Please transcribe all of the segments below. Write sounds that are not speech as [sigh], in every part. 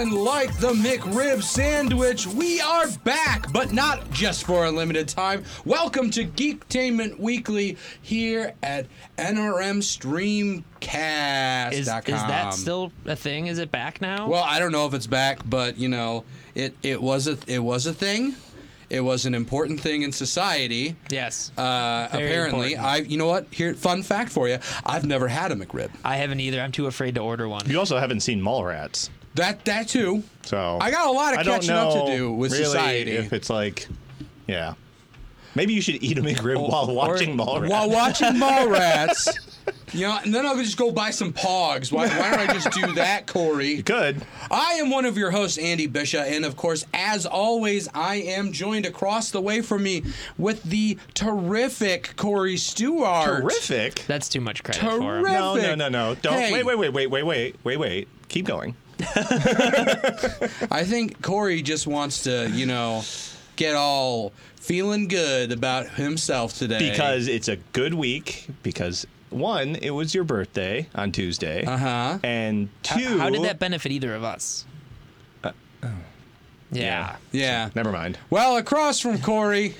the McRib sandwich. We are back, but not just for a limited time. Welcome to Geektainment Weekly here at NRMStreamcast.com. Is, is that still a thing? Is it back now? Well, I don't know if it's back, but you know, it it was a it was a thing. It was an important thing in society. yes. Uh, Very apparently, I important. you know what? Here, fun fact for you: I've never had a McRib. I haven't either. I'm too afraid to order one. You also haven't seen Mallrats, That that too. so I got a lot of I don't catching up to know do with really society. If it's like, yeah, maybe you should eat a McRib [laughs] while watching Mallrats. While watching Mallrats, [laughs] you know, and then I'll just go buy some Pogs. Why, why don't I just do that, Corey? you could. I am one of your hosts, Andy Bisha, and of course, as always, I am joined across the way from me with the terrific Corey Stewart. Terrific. That's too much credit for him. Terrific. No, no, no, no. Don't Hey. wait, wait, wait, wait, wait, wait, wait, wait. Keep going. I think Corey just wants to, you know, get all feeling good about himself today. Because it's a good week. Because one, it was your birthday on Tuesday. Uh Uh-huh. And two, How did that benefit either of us? yeah. Uh, oh. Yeah. Never mind. Well, across from Corey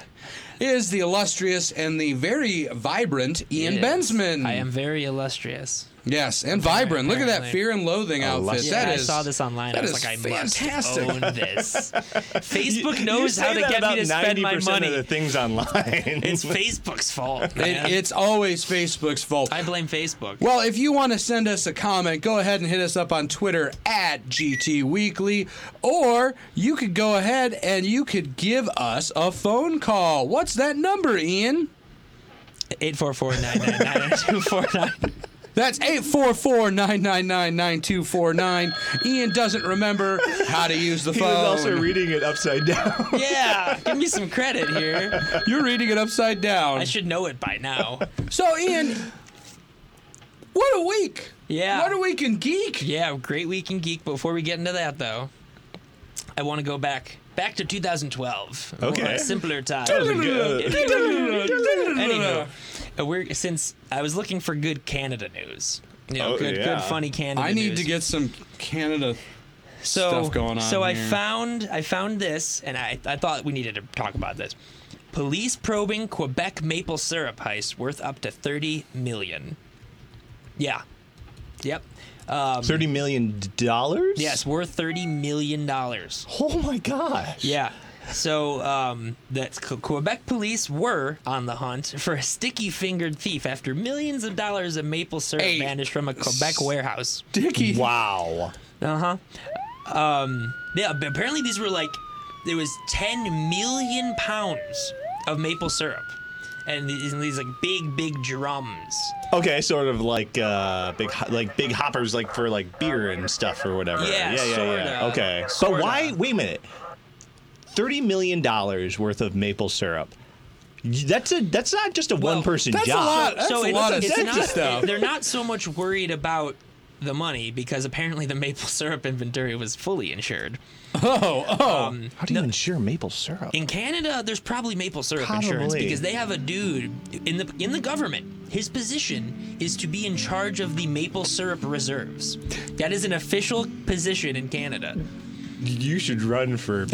is the illustrious and the very vibrant Ian It is. Bensman. I am very illustrious. Yes, and vibrant. Look at that Apparently. fear and loathing outfit. Illustrious. That I is- saw this online. that I was is like, I fantastic. must [laughs] own this. Facebook [laughs] You- knows you how say to that get about me to spend my 90% money. Of the things online. [laughs] It's Facebook's fault. Man. It, it's always Facebook's fault. I blame Facebook. Well, if you want to send us a comment, go ahead and hit us up on Twitter at GT Weekly, or you could go ahead and you could give us a phone call. What's that number, Ian? Eight four four nine nine nine [laughs] two four nine. That's 844 999 9249. Ian doesn't remember how to use the he phone. was also reading it upside down. Yeah, give me some credit here. You're reading it upside down. I should know it by now. So, Ian, what a week! Yeah. What a week in geek! Yeah, great week in geek. Before we get into that, though, I want to go back back to 2012. More Okay. a simpler time. was a good- [laughs] Anywho, uh, we're since I was looking for good Canada news. You know, Oh, good, yeah. good, funny Canada. I need news. to get some Canada. so, stuff going on So I here. found I found this, and I I thought we needed to talk about this. Police probing Quebec maple syrup heist worth up to 30 million. Yeah. Yep. Um, Thirty million dollars. Yes, worth thirty million dollars. Oh my gosh. Yeah. So um, that Que- Quebec police were on the hunt for a sticky-fingered thief after millions of dollars of maple syrup Hey. vanished from a Quebec warehouse. Dicky. Wow. Uh huh. Um, yeah. but Apparently, these were like there was ten million pounds of maple syrup, and these, these like big, big drums. Okay, sort of like uh, big, ho- like big hoppers, like for like beer and stuff or whatever. Yeah, yeah, yeah. yeah. sorta, Okay, sorta. but why? Wait a minute. Thirty million dollars worth of maple syrup. That's a. That's not just a Well, one-person that's a job. lot. That's a it- lot of it's sexy not, stuff. They're not so much worried about the money because apparently the maple [laughs] syrup inventory was fully insured. Oh, oh. How do you insure maple syrup? In Canada, there's probably maple syrup insurance Probably. because they have a dude in the in the government. His position is to be in charge of the maple syrup reserves. That is an official position in Canada. You should run for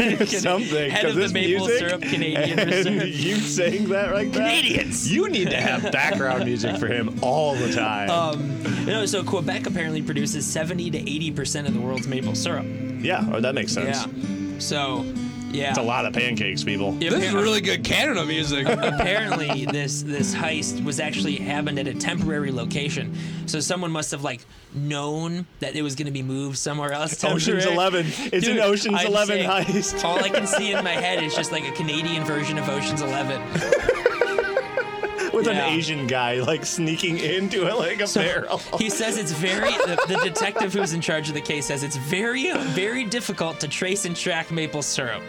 something. Head 'cause of the this maple music syrup Canadian and Reserve. [laughs] you saying that right there? Canadians. You need to have background music for him all the time. No, so Quebec apparently produces 70 to 80 percent of the world's maple syrup. yeah, oh, that makes sense. Yeah. So, yeah. It's a lot of pancakes, people. Yeah, this is apparently- really good Canada [laughs] music. apparently this this heist was actually happened at a temporary location so someone must have like known that it was going to be moved somewhere else Ocean's temporary. 11. It's an Dude, Ocean's I'm 11 saying, heist. all i can see in my head is just like a canadian version of ocean's 11 with Yeah. an Asian guy like sneaking into it like a [laughs] barrel. he says it's very the, the detective who's in charge of the case says it's very very difficult to trace and track maple syrup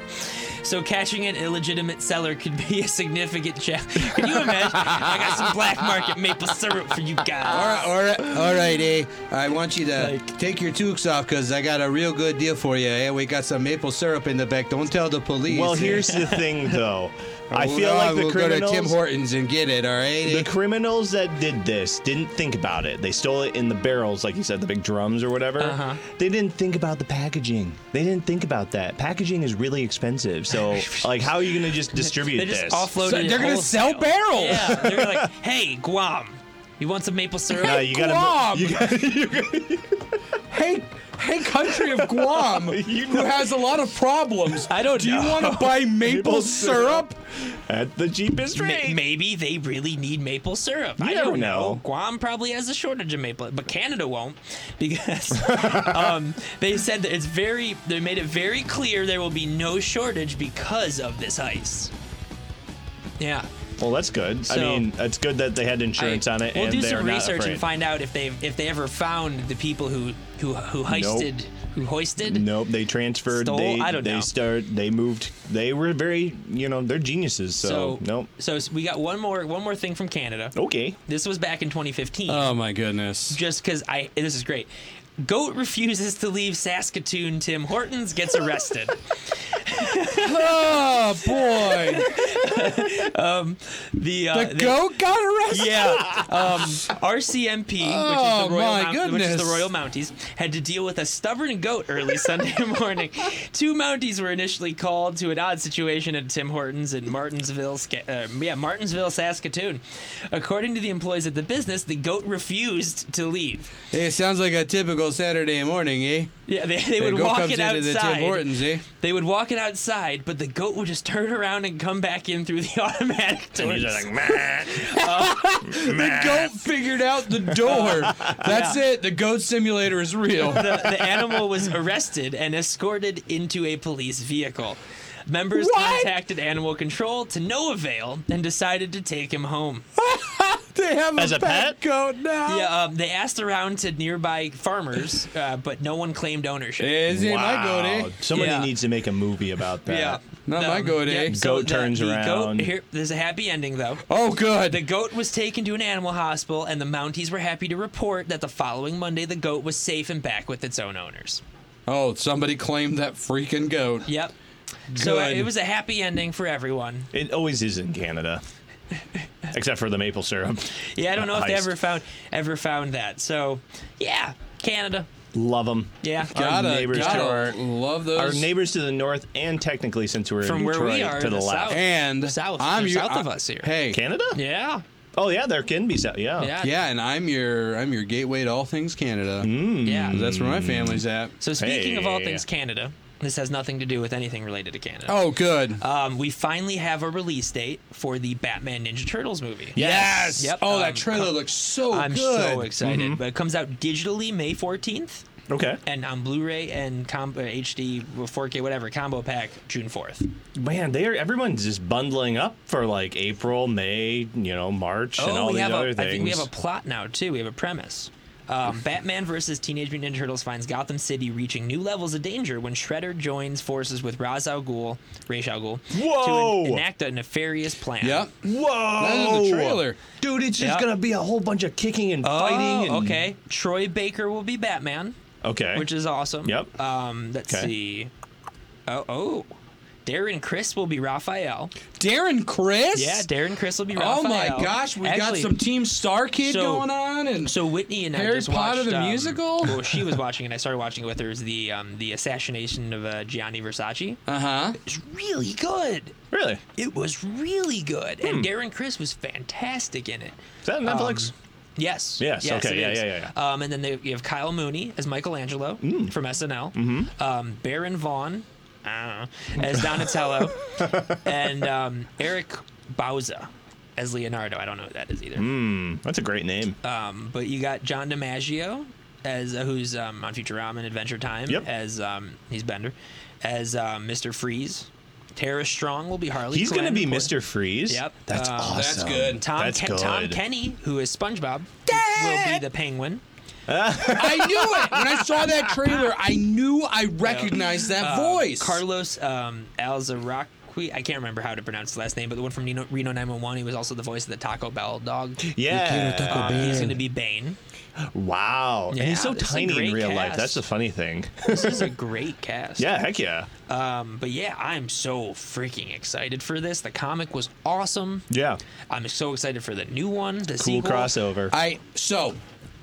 so catching an illegitimate seller could be a significant challenge. Can you imagine? I got some black market maple syrup for you All guys. right, all right, all right, eh? I want you to Like- take your toques off because I got a real good deal for you, eh? We got some maple syrup in the back. Don't tell the police. Well, eh? here's the thing, [laughs] though. I Well, feel uh, like the we'll go criminals. to Tim Hortons and get it. All right. eh? The criminals that did this didn't think about it. They stole it in the barrels, like you said, the big drums or whatever. Uh-huh. They didn't think about the packaging. They didn't think about that. Packaging is really expensive. [laughs] So, like, how are you going to just distribute They just this? offloaded. So it they're gonna sell wholesale. barrels. Yeah, they're like, hey, Guam, you want some maple syrup? No, you Guam. gotta, you [laughs] gotta, you gotta- hey, hey, country of [laughs] Guam, You who know- has a lot of problems. I don't Do you know. want to [laughs] buy maple Maple syrup? syrup. at the cheapest Ma- rate. maybe they really need maple syrup. I You never don't know. know. Guam probably has a shortage of maple, but Canada won't [laughs] because um, they said that it's very. They made it very clear there will be no shortage because of this ice. Yeah, well, that's good. I So- mean, it's good that they had insurance I- on it We'll and do they are some not research afraid. and find out if they if they ever found the people who who who hoisted who hoisted. Nope, they transferred. Stole? They, I don't they know. start. They moved. They were very, you know, they're geniuses. So, So nope. So we got one more one more thing from Canada. Okay. [laughs] This was back in 2015. Oh my goodness. just because I this is great. Goat refuses to leave Saskatoon. Tim Hortons gets arrested. [laughs] Oh boy, the [laughs] uh, the goat got arrested. Yeah, um, RCMP, which, Oh, is the Royal my Mount- which is the goodness. Royal Mounties, had to deal with a stubborn goat early Sunday [laughs] morning. Two Mounties were initially called to an odd situation at Tim Hortons in Martinsville, Sca- uh, yeah, Martinsville, Saskatoon. According to the employees at the business, the goat refused to leave. Hey, it sounds like a typical Saturday morning, eh? Yeah, they, they would the goat walk comes it into the Tim outside. Hortons, eh? They would walk it outside, but the goat would just turn around and come back in through the [laughs] automatic doors. [laughs] The goat figured out the [laughs] door. That's it. The goat simulator is real. [laughs] the, the animal was arrested and escorted into a police vehicle. Members What? contacted animal control to no avail and decided to take him home. They have As a pet? goat now. Yeah, um, they asked around to nearby farmers, uh, but no one claimed ownership. This ain't my goat, eh? Somebody Yeah. needs to make a movie about that. Yeah, Um, Not my goat, eh? Goat turns around. Goat, here, there's a happy ending though. Oh, good. The goat was taken to an animal hospital, and the Mounties were happy to report that the following Monday the goat was safe and back with its own owners. Oh, somebody claimed that freaking goat. Yep. So uh, Good. it was a happy ending for everyone. It always is in Canada. Except for the maple syrup. Yeah, I don't know if they Heist. ever found ever found that. So, yeah, Canada. Love them. Yeah, Gotta, neighbors gotta to our- love those. Our neighbors to the north, and technically, since we're From in where Detroit, we are, to the, the left. south. and South- I'm they're your, south of I- us here. Hey, Canada? yeah, Oh yeah, there can be south. Yeah. yeah, yeah, and I'm your I'm your gateway to all things Canada. yeah. Hmm. That's where my family's at. Mm. So speaking of all Hey. things Canada, this has nothing to do with anything related to Canada. Oh, good. Um, we finally have a release date for the Batman Ninja Turtles movie. yes. Yep, Oh, um, that trailer com- looks so I'm good. Mm-hmm. so excited. But it comes out digitally May 14th Okay. and on Blu-ray and com- uh, HD 4K whatever combo pack June 4th. Man, they are. Everyone's just bundling up for like April, May, you know, March, and all Oh, we these have other a, things. I think we have a plot now too. We have a premise. [laughs] Um, Batman versus Teenage Mutant Ninja Turtles finds Gotham City reaching new levels of danger when Shredder joins forces with Ra's al Ghul, Ra's al Ghul, Whoa! to en- enact a nefarious plan. Yep. Whoa! That is the trailer. dude. It's just Yeah. gonna be a whole bunch of kicking and Oh, fighting. and- okay. Troy Baker will be Batman, Okay. which is awesome. Yep. Um, let's Okay. see. Oh, oh. Darren Chris will be Raphael. Darren Chris. Yeah, Darren Chris will be Raphael. Oh my gosh, we got Actually, some Team Star Kid so- going on, and So Whitney and I Harry just Potter watched the um, musical? Well, she was watching it. I started watching it with her. Is the um, the assassination of uh, Gianni Versace? uh huh. It's really good. Really? It was really good, Hmm. and Darren Chris was fantastic in it. Is that Um, Netflix? Yes. Yes, okay, it yeah, is. yeah, Hmm. Um, and then they, you have Kyle Mooney as Michelangelo from SNL. Mm-hmm. Um, Baron Vaughn uh, as [laughs] Donatello, and um, Eric Bauza as Leonardo. I don't know who that is either. Hmm. That's a great name. Um, but you got John DiMaggio as who's um, on Futurama and Adventure Time Yep. as um, he's Bender, as um, Mr. Freeze. Tara Strong will be Harley. He's gonna Quinn, be of course. Mr. Freeze. Yep. That's Uh, awesome. that's good. Tom, That's Ken- Tom good. Kenny, who is SpongeBob, will be the Penguin. I knew it when I saw that trailer. I knew I recognized that Uh, voice. Carlos um, Alzarac- we I can't remember how to pronounce the last name, but the one from Reno, Reno 911, he was also the voce of the Taco Bell dog. Yeah. Uh, he's going to be [laughs] Bane. Wow. and Yeah, he's so this is a tiny in great real life. cast. That's the funny thing. This is a great cast. yeah, heck yeah. Um, but yeah, I'm so freaking excited for this. The comic was awesome. Yeah. I'm so excited for the new one. The Cool sequel. crossover. I so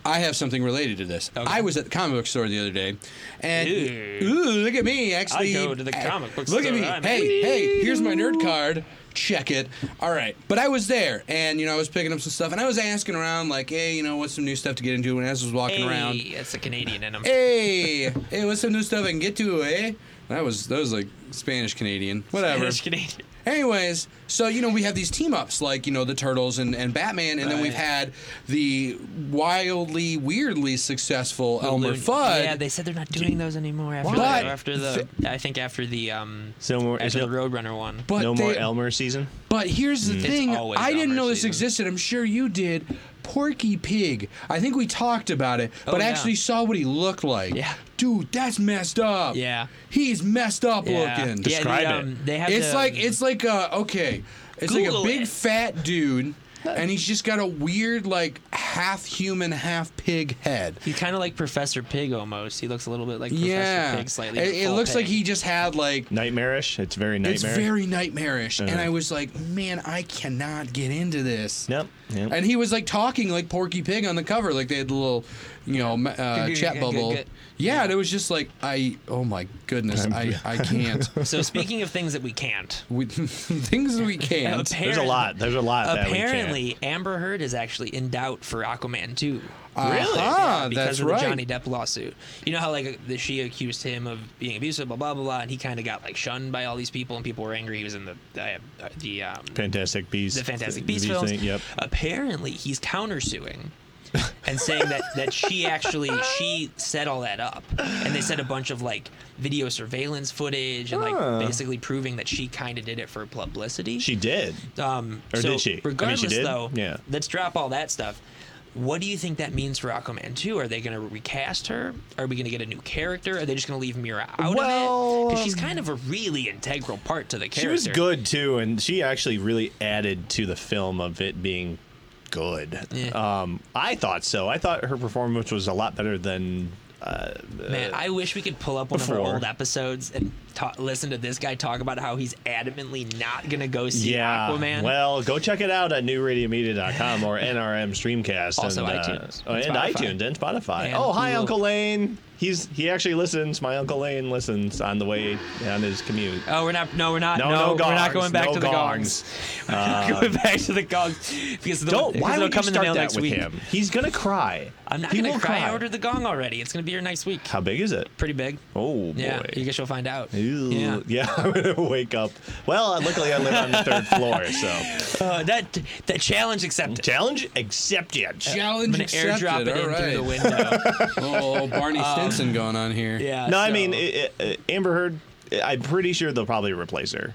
I have something related to this. I was at the comic book store the other day, and Ew. ooh, look at me! Actually, go to the comic book Look at store, me! I'm hey, hey! Here's my nerd card. Check it. All right, but I was there, and you know I was picking up some stuff, and I was asking around, like, hey, you know, what's some new stuff to get into? And as I was walking around, Hey, that's a Canadian in him. [laughs] hey, hey, what's some new stuff I can get to? Eh? That was that was like Spanish Canadian, whatever. It's Canadian. Anyways, so you know we have these team ups like you know the Turtles and, and Batman, and then we've Right. had the wildly weirdly successful Elmer Loon- Fudd. Yeah, they said they're not doing those anymore after Why? the, But- after the I think after the um So more- is after the no- Roadrunner one. but no more they- Elmer season? But here's the thing: always I didn't Elmer know this season. existed. I'm sure you did. Porky Pig. I think we talked about it, but Oh, yeah. actually saw what he looked like. Yeah. dude, that's messed up. Yeah. he's messed up yeah. looking. Yeah, Describe it. the, um, they have It's the, like um, it's like uh okay. It's like Google a big it. fat dude and he's just got a weird like half human, half pig head. He's kind of like Professor Pig almost. He looks a little bit like yeah. Professor Pig slightly. but it, it full looks like pig. he just had like Nightmarish. It's very it's nightmare. very nightmarish and Uh-huh. I was like, "Man, I cannot get into this." Yep. yep. And he was like talking like Porky Pig on the cover, like they had the little, you know, ma- uh, chat bubble. Yeah, and it was just like I, oh my goodness, I, I can't. So speaking of things that we can't. We, [laughs] things [laughs] we can't. There's a lot. There's a lot. that we can't. Apparently, Amber Heard is actually in doubt for Aquaman 2. Really? Ah, Yeah, because that's of the right. Johnny Depp lawsuit. You know how like the, she accused him of being abusive, blah blah blah, blah and he kind of got like shunned by all these people, and people were angry. He was in the uh, the um, Fantastic Beasts. the Fantastic Beasts Beast films. thing, Yep. Apparently, he's countersuing and saying that that she actually she set all that up, and they said a bunch of like video surveillance footage and like Huh. basically proving that she kind of did it for publicity. She did. um, or so did she? I mean, she Regardless, did? though, Yeah. Let's drop all that stuff. What do you think that means for Aquaman 2? Are they going to recast her? Are we going to get a new character? Are they just going to leave Mira out of it? Well, Because she's kind of a really integral part to the character. She was good too, and she actually really added to the film of it being good. Yeah. Um, I thought so. I thought her performance was a lot better than. Uh, Man, I wish we could pull up one of before. our old episodes and ta- listen to this guy talk about how he's adamantly not gonna go see yeah. Aquaman. Well, go check it out at newradiomedia.com [laughs] or NRM Streamcast. Also and, uh, iTunes oh, and and Spotify. iTunes and Spotify. And oh, hi, Google. Uncle Lane. He's he actually listens. My Uncle Lane listens on the way on his commute. Oh, we're not. No, we're not. No, No, no we're not gongs, going back no to the gongs. gongs. Uh, Um, We're not [laughs] going back to the gongs because the, Don't. Why because would they'll you come in the start mail that next with week. him? He's gonna cry. I'm not He gonna will cry. I ordered the gong already. It's gonna be here next week. How big is it? Pretty big. Oh boy. yeah, you guess you'll find out. Ew. Yeah. [laughs] I'm gonna wake up. Well, luckily I live on the third floor, [laughs] so Uh, that that challenge accepted. challenge accepted. I'm Challenge gonna accepted. airdrop it all in right. through the [laughs] window. Oh, [laughs] Barney Stinson going on here. Um, yeah. No, I so- mean it, it, it- Amber Heard. uh, I'm pretty sure they'll probably replace her.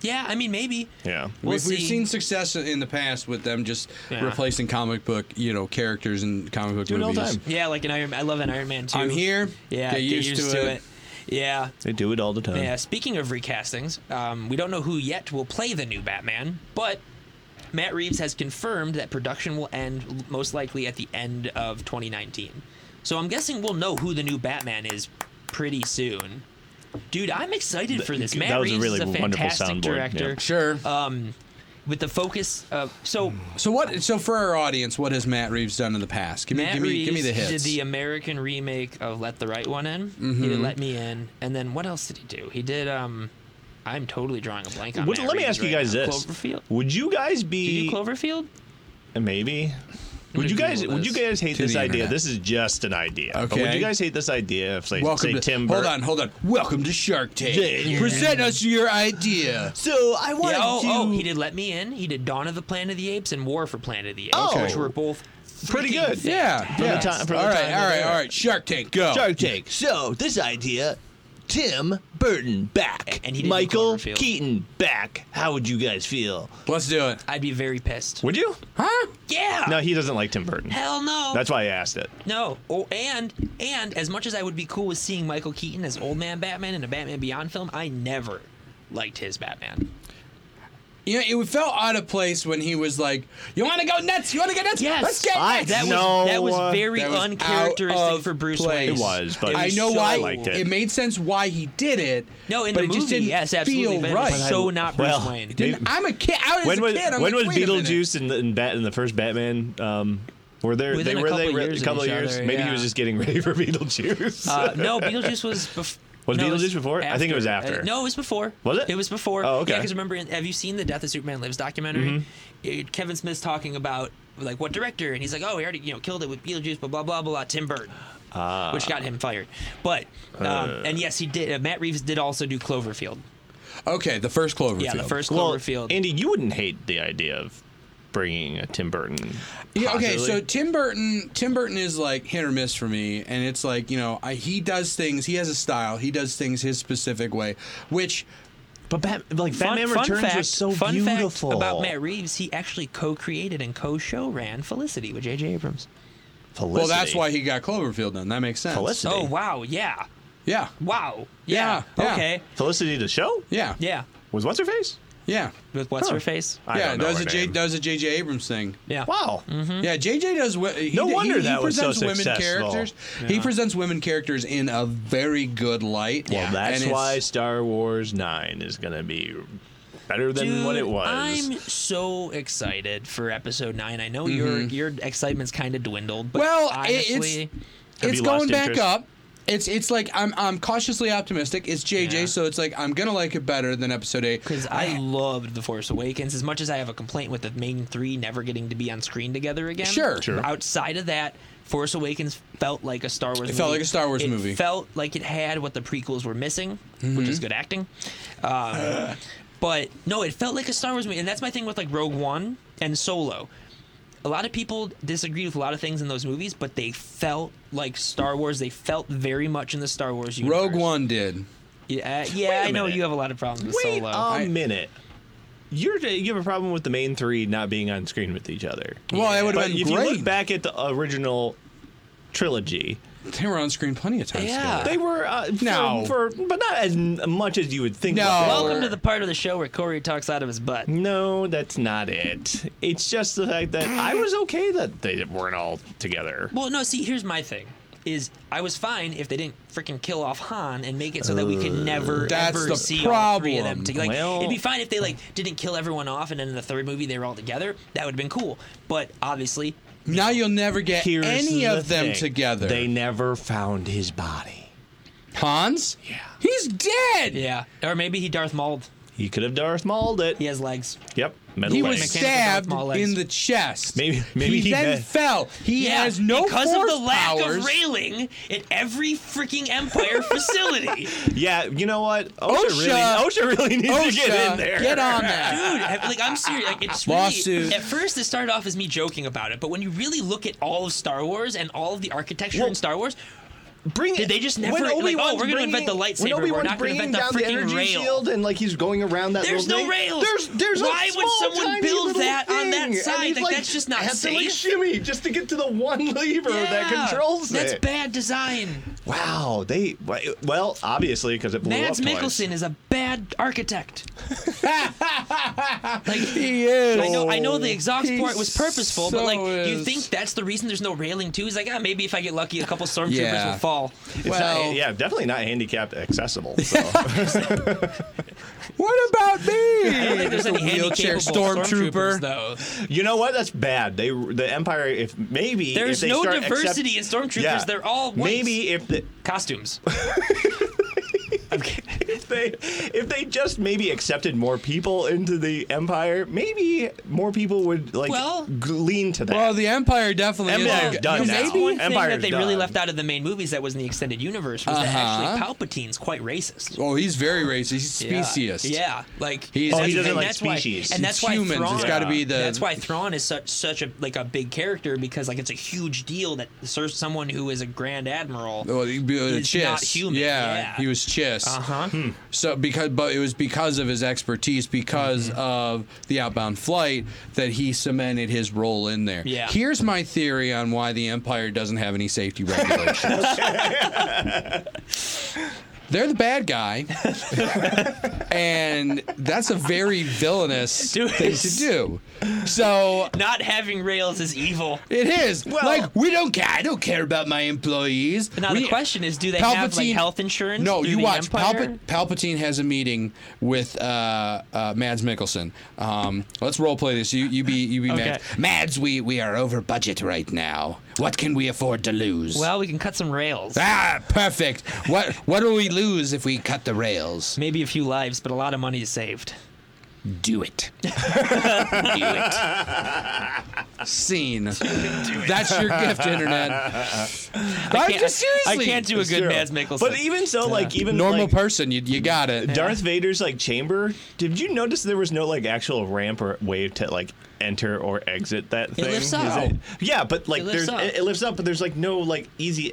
yeah. I mean, maybe. Yeah. We'll we've, we've see. seen success in the past with them just Yeah. replacing comic book, you know, characters in comic book it all movies. time. Yeah, like an Iron. I love an Iron Man too. I'm here. Yeah, Get used, to, it. Yeah. They do it all the time. Yeah. Speaking of recastings, um, we don't know who yet will play the new Batman, but Matt Reeves has confirmed that production will end l- most likely at the end of 2019. So I'm guessing we'll know who the new Batman is pretty soon. Dude, I'm excited for this. that Matt was a Reeves really is a wonderful fantastic soundboard, director. Sure. Um, with the focus of so so what? So for our audience, what has Matt Reeves done in the past? Give me, Matt give me, Reeves give me the did hits. Mm-hmm. the American remake of Let the Right One In. He did Let Me In, and then what else did he do? He did. um I'm totally drawing a blank on. Would- Matt let me Reeves ask you right guys now. this: Cloverfield. Would you guys Did you be uh, do Cloverfield? maybe? gonna Would you guys? Google Would you this. guys hate To this the idea? internet. This is just an idea. But would Okay. you guys hate this idea if say, Welcome say to Tim? Hold Burton- on, hold on. Welcome to Shark Tank. Yeah. Present us your idea. So I wanted Yeah, oh, to. oh, he did Let Me In. He did Dawn of the Planet of the Apes and War for Planet of the Apes, Oh. which were both Pretty freaking good. Yeah. fantastic. From the yeah. time- from the all right, time all we're right, there. all right. Shark Tank, go. Shark Tank. So this idea, Tim Burton back, And he did do Michael Cloverfield. Keaton back. How would you guys feel? Let's do it. I'd be very pissed. Would you? Huh? Yeah. No, he doesn't like Tim Burton. Hell no. That's why I asked it. No. Oh, and and as much as I would be cool with seeing Michael Keaton as Old Man Batman in a Batman Beyond film, I never liked his Batman. You know, it felt out of place when he was like, "You want to go nuts? You want to get nuts? Yes, let's get I- nuts!" That was No, that uh, was very That was out uncharacteristic of for Bruce place. Wayne. It was, but- It I was know so- why liked it. it made sense why he did it. No, in but the it movie, just didn't yes, absolutely. feel but it was right. so not Bruce Well, Wayne. maybe- I'm a kid. I was when a was kid. I'm when like, was "Wait a minute." Beetlejuice and, and Bat in the first Batman? Um, were there Within they a were couple they re- years a of couple each years? other, Maybe he yeah. was just getting [laughs] ready for Beetlejuice. Uh, no, Beetlejuice was bef- Was no, it Beetlejuice before? I think it was after. Uh, no, it was before. Was it? It was before. Oh, okay. Mm-hmm. because remember, in, have you seen the Death of Superman Lives documentary? It- Kevin Smith's talking about like what director, and he's like, oh, he already you know killed it with Beetlejuice, blah blah blah blah, Tim Burton, Ah. which got him fired. But um, and yes, he did. Uh, Matt Reeves did also do Cloverfield. Okay, the first Cloverfield. Yeah, the first well, Cloverfield. Andy, you wouldn't hate the idea of bringing a Tim Burton. Yeah, okay, so possibly. Tim Burton, Tim Burton is like hit or miss for me, and it's like you know I, he does things. He has a style. He does things his specific way, which but Bat, like Fun- Batman fun Returns fact, was so fun fact beautiful about Matt Reeves. He actually co-created and co-show ran Felicity with J.J. Abrams. Felicity. well that's why he got Cloverfield done. That makes sense. Felicity. Oh wow, yeah, Yeah, wow, Yeah, yeah. okay, Felicity the show yeah, yeah. was what's her face? yeah, With what's Huh. Uh, her face? I yeah. don't know Does her a J name. does a J.J. Abrams thing. Yeah. Wow. Mm-hmm. Yeah, JJ does. wo- He, No he- wonder he, that was so presents women successful. characters. He presents women characters in a very good light. Well, that's and it's- why Star Wars 9 is going to be better than what it Dude, was. I'm so excited for episode nine. I know Mm-hmm. your your excitement's kind of dwindled, but Well, i- honestly, it's it's you going lost back interest? up. It's it's like I'm I'm cautiously optimistic. It's JJ, Yeah. so it's like I'm gonna like it better than episode eight. because I loved The Force Awakens as much as I have a complaint with the main three never getting to be on screen together again. Sure. Sure. Outside of that, Force Awakens felt like a Star Wars. It movie. felt like a Star Wars It movie. Mm-hmm. Felt like it had what the prequels were missing, which is good acting. [sighs] Um, but no, it felt like a Star Wars movie, and that's my thing with like Rogue One and Solo. a lot of people disagreed with a lot of things in those movies, but they felt like Star Wars. They felt very much in the Star Wars universe. Rogue One did. Yeah, yeah Wait a I know minute. you have a lot of problems with Wait Solo. a minute. You're, you have a problem with the main three not being on screen with each other. Well, that would But have if been you look great. back at the original trilogy, they were on screen plenty of times. Yeah. together. they were uh, for- No. for, but not as n- much as you would think. No. about that. Welcome to the part of the show where Corey talks out of his butt. No, that's not it. It's just the fact that I was okay that they weren't all together. Well, no. See, here's my thing: is I was fine if they didn't freaking kill off Han and make it so that we could never Uh, That's ever the see all three of problem. them together. Like, Well- it'd be fine if they like didn't kill everyone off, and then in the third movie they were all together. That would have been cool. But obviously, Now you'll never get Here's any the of them thing. together. They never found his body. Hans? Yeah. He's dead. yeah. Or maybe he Darth Mauled. He could have Darth Mauled it. He has legs. Yep. Metal He leg. was Mechanical stabbed small legs. in the chest. Maybe- maybe he, he then had- fell. He has no because of force the lack powers. of railing at every freaking [laughs] Empire facility. Dude, Yeah, you know what? OSHA, OSHA. really, OSHA really [laughs] Oh, needs to get OSHA, in there. get on that. I- like I'm serious. Like it's Lawsuit. really at first it started off as me joking about it, but when you really look at all of Star Wars and all of the architecture Well, in Star Wars, Bring Did it. they just never- like, oh, Obi-Wan's we're gonna invent the bringing- lightsaber, When we're Obi-Wan's not gonna bringing invent the down the freaking energy rail. shield and like he's going around that There's little no thing. rails. There's there's a Why would small, someone tiny build little that on that thing, and side? he's, Like, that's just not has to, like, safe. shimmy just to get to the one lever that yeah, controls that's it. bad design. Wow, they well, obviously because it blew Mads up twice. Mikkelsen is a bad [laughs] architect. He is. I know. I know the exhaust He port was purposeful, so but like, do you is. think that's the reason there's no railing too? He's like, ah, maybe if I get lucky, [laughs] a couple stormtroopers Yeah. will fall. It's not- Well- yeah, definitely not handicapped accessible. So. [laughs] What about I don't think me? there's any Wheelchair handicapable stormtrooper. stormtroopers, though. you know what? That's bad. They the empire. If maybe if There's they no start accept- diversity in stormtroopers. Yeah. They're all white. maybe if the, [laughs] costumes. if they if they just maybe accepted more people into the empire, maybe more people would like Well- g- lean to that. Well, the Empire definitely is. Empire's like- done you now. maybe- One thing Empire's that they really done. left out of the main movies that was in the extended universe was Uh-huh. that actually Palpatine's quite racist. Oh, he's very racist. He's Yeah. speciest. Yeah, like He's- Oh, he and doesn't and like that's why- species. and that's It's why humans. Thrawn, It's gotta be the- That's why Thrawn is such such a like a big character because like it's a huge deal that serves someone who is a grand admiral. Well, he'd be a He's not chiss. human, Yeah, yeah. he was chiss. Uh huh. Hmm. So because, but it was because of his expertise, because of the outbound flight, that he cemented his role in there. Yeah. Here's my theory on why the Empire doesn't have any safety regulations. They're the bad guy, and that's a very villainous Dude, thing to it's- do. So Not having rails is evil. it is like we don't care. I don't care about my employees. Now we, the question is, do they have like Palpatine- health insurance? No, through you the watch. Empire? Palpa- Palpatine has a meeting with uh, uh, Mads Mikkelsen. Um, let's role play this. You you be you be Okay. Mads. Mads, we we are over budget right now. What can we afford to lose? Well, we can cut some rails. ah, perfect. What what do we lose if we cut the rails? Maybe a few lives, but a lot of money is saved. Do it. [laughs] do it. Scene. That's your gift, internet. I'm Can't- just I seriously. can't do a good Zero. Mads Mikkelsen. But even so, like even normal like, person. You you got it. Darth Vader's like chamber. Did you notice there was no like actual ramp or way to like enter or exit that thing? lifts Is up. it- yeah, but like lifts there's up. it, it lifts up, but there's like no like easy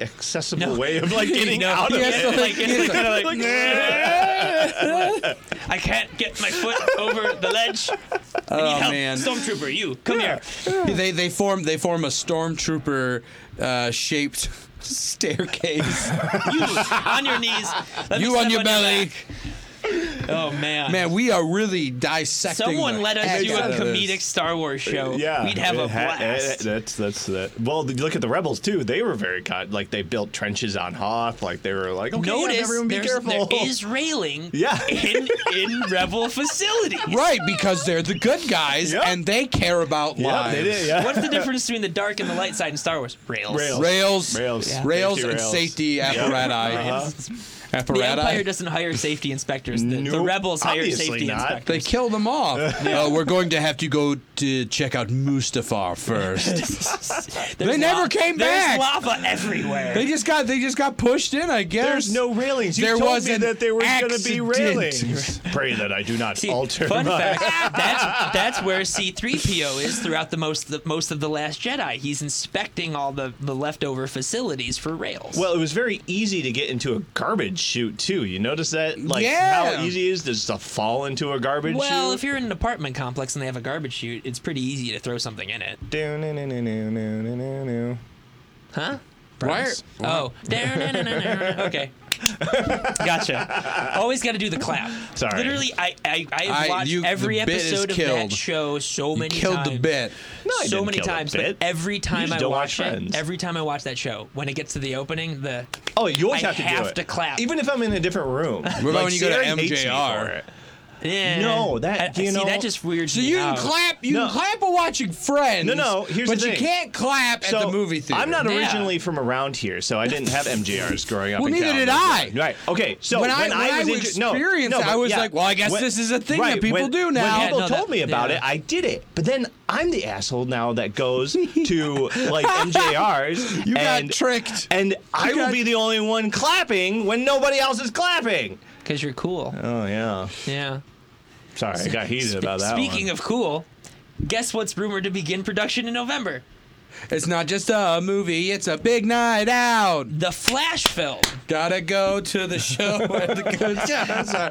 No. accessible way [laughs] of like getting No. out of He it. has to, like, Like, it's he has like- to- kinda like, [laughs] I can't get my foot over the ledge. I need Oh, help. man. Stormtrooper, you come here. they they form they form a stormtrooper uh, shaped [laughs] [laughs] staircase. You on your knees. Let me you on step your belly, back. oh man. man. We are really dissecting. Someone the let us heck do a out of comedic this. Star Wars show. Yeah, We'd have a it ha- blast. it- that's that's that. Well, th- look at the rebels too. They were very cut. Like they built trenches on Hoth. Like they were like, okay, Notice everyone be there's- careful. there is railing [laughs] Yeah. in, in rebel facilities. Right, because they're the good guys Yep. and they care about yeah, lives. they did. Yeah, What's the difference between the dark and the light side in Star Wars? Rails. Rails. Rails, Rails. Yeah. rails, Safety and rails. safety Uh-huh. apparatus. [laughs] The Empire Apparatus. doesn't hire safety inspectors. The, the Nope, rebels hire obviously safety not. They [laughs] inspectors. kill them off. Uh, we're going to have to go to check out Mustafar [laughs] first. There's never lava- came back. There's lava everywhere. they just got they just got pushed in. I guess There's no railings. You There told was me an that there was going to be accident. [laughs] railings. Pray that I do not See, alter fun my. [laughs] fact: that's that's where C-3PO is throughout the most the, most of the Last Jedi. He's inspecting all the, the leftover facilities for rails. Well, it was very easy to get into a garbage chute too. You notice that, like Yeah. how easy it is to just fall into a garbage well, if chute. you're in an apartment complex and they have a garbage chute, it's pretty easy to throw something in it, Do-no-no-no-no-no-no-no. huh? Why are- Oh, [laughs] okay. Gotcha. Always got to do the clap. Sorry. Literally, I I, I have I- watched you- the every bit is episode of killed. that show so many killed times. the bit. I so didn't many kill the times, bit. but every time just I don't watch watch it, Friends. every time I watch that show, when it gets to the opening, the Oh, you always I have to do have it. to clap. even if I'm in a different room. What about when you go to MJR? eh, No, that- I- you see, know- that just weirds So me you can out. clap. You No. can clap while watching Friends. No, no, here's the but you thing. can't clap at the movie theater. I'm not Yeah. originally from around here, so I didn't have MJRs growing up. Well, in neither California. did I. Right. Okay. So When when, I- when I was was intro- no, experienced no, it, I but was yeah. like, well, I guess When- this is a thing right, that people when- do now. When Yeah, people no, told that- me about yeah. it, I did it. But then I'm the asshole now [laughs] that goes to like MJRs. You got and, tricked. And I will got- be the only one clapping when nobody else is clapping. because you're cool. Oh yeah. Yeah. Sorry, I got heated about that. Speaking of cool, guess what's rumored to begin production in November? It's not just a movie. It's a big night out. The Flash [laughs] film. Gotta go to the show. [laughs] at the good time. Sorry.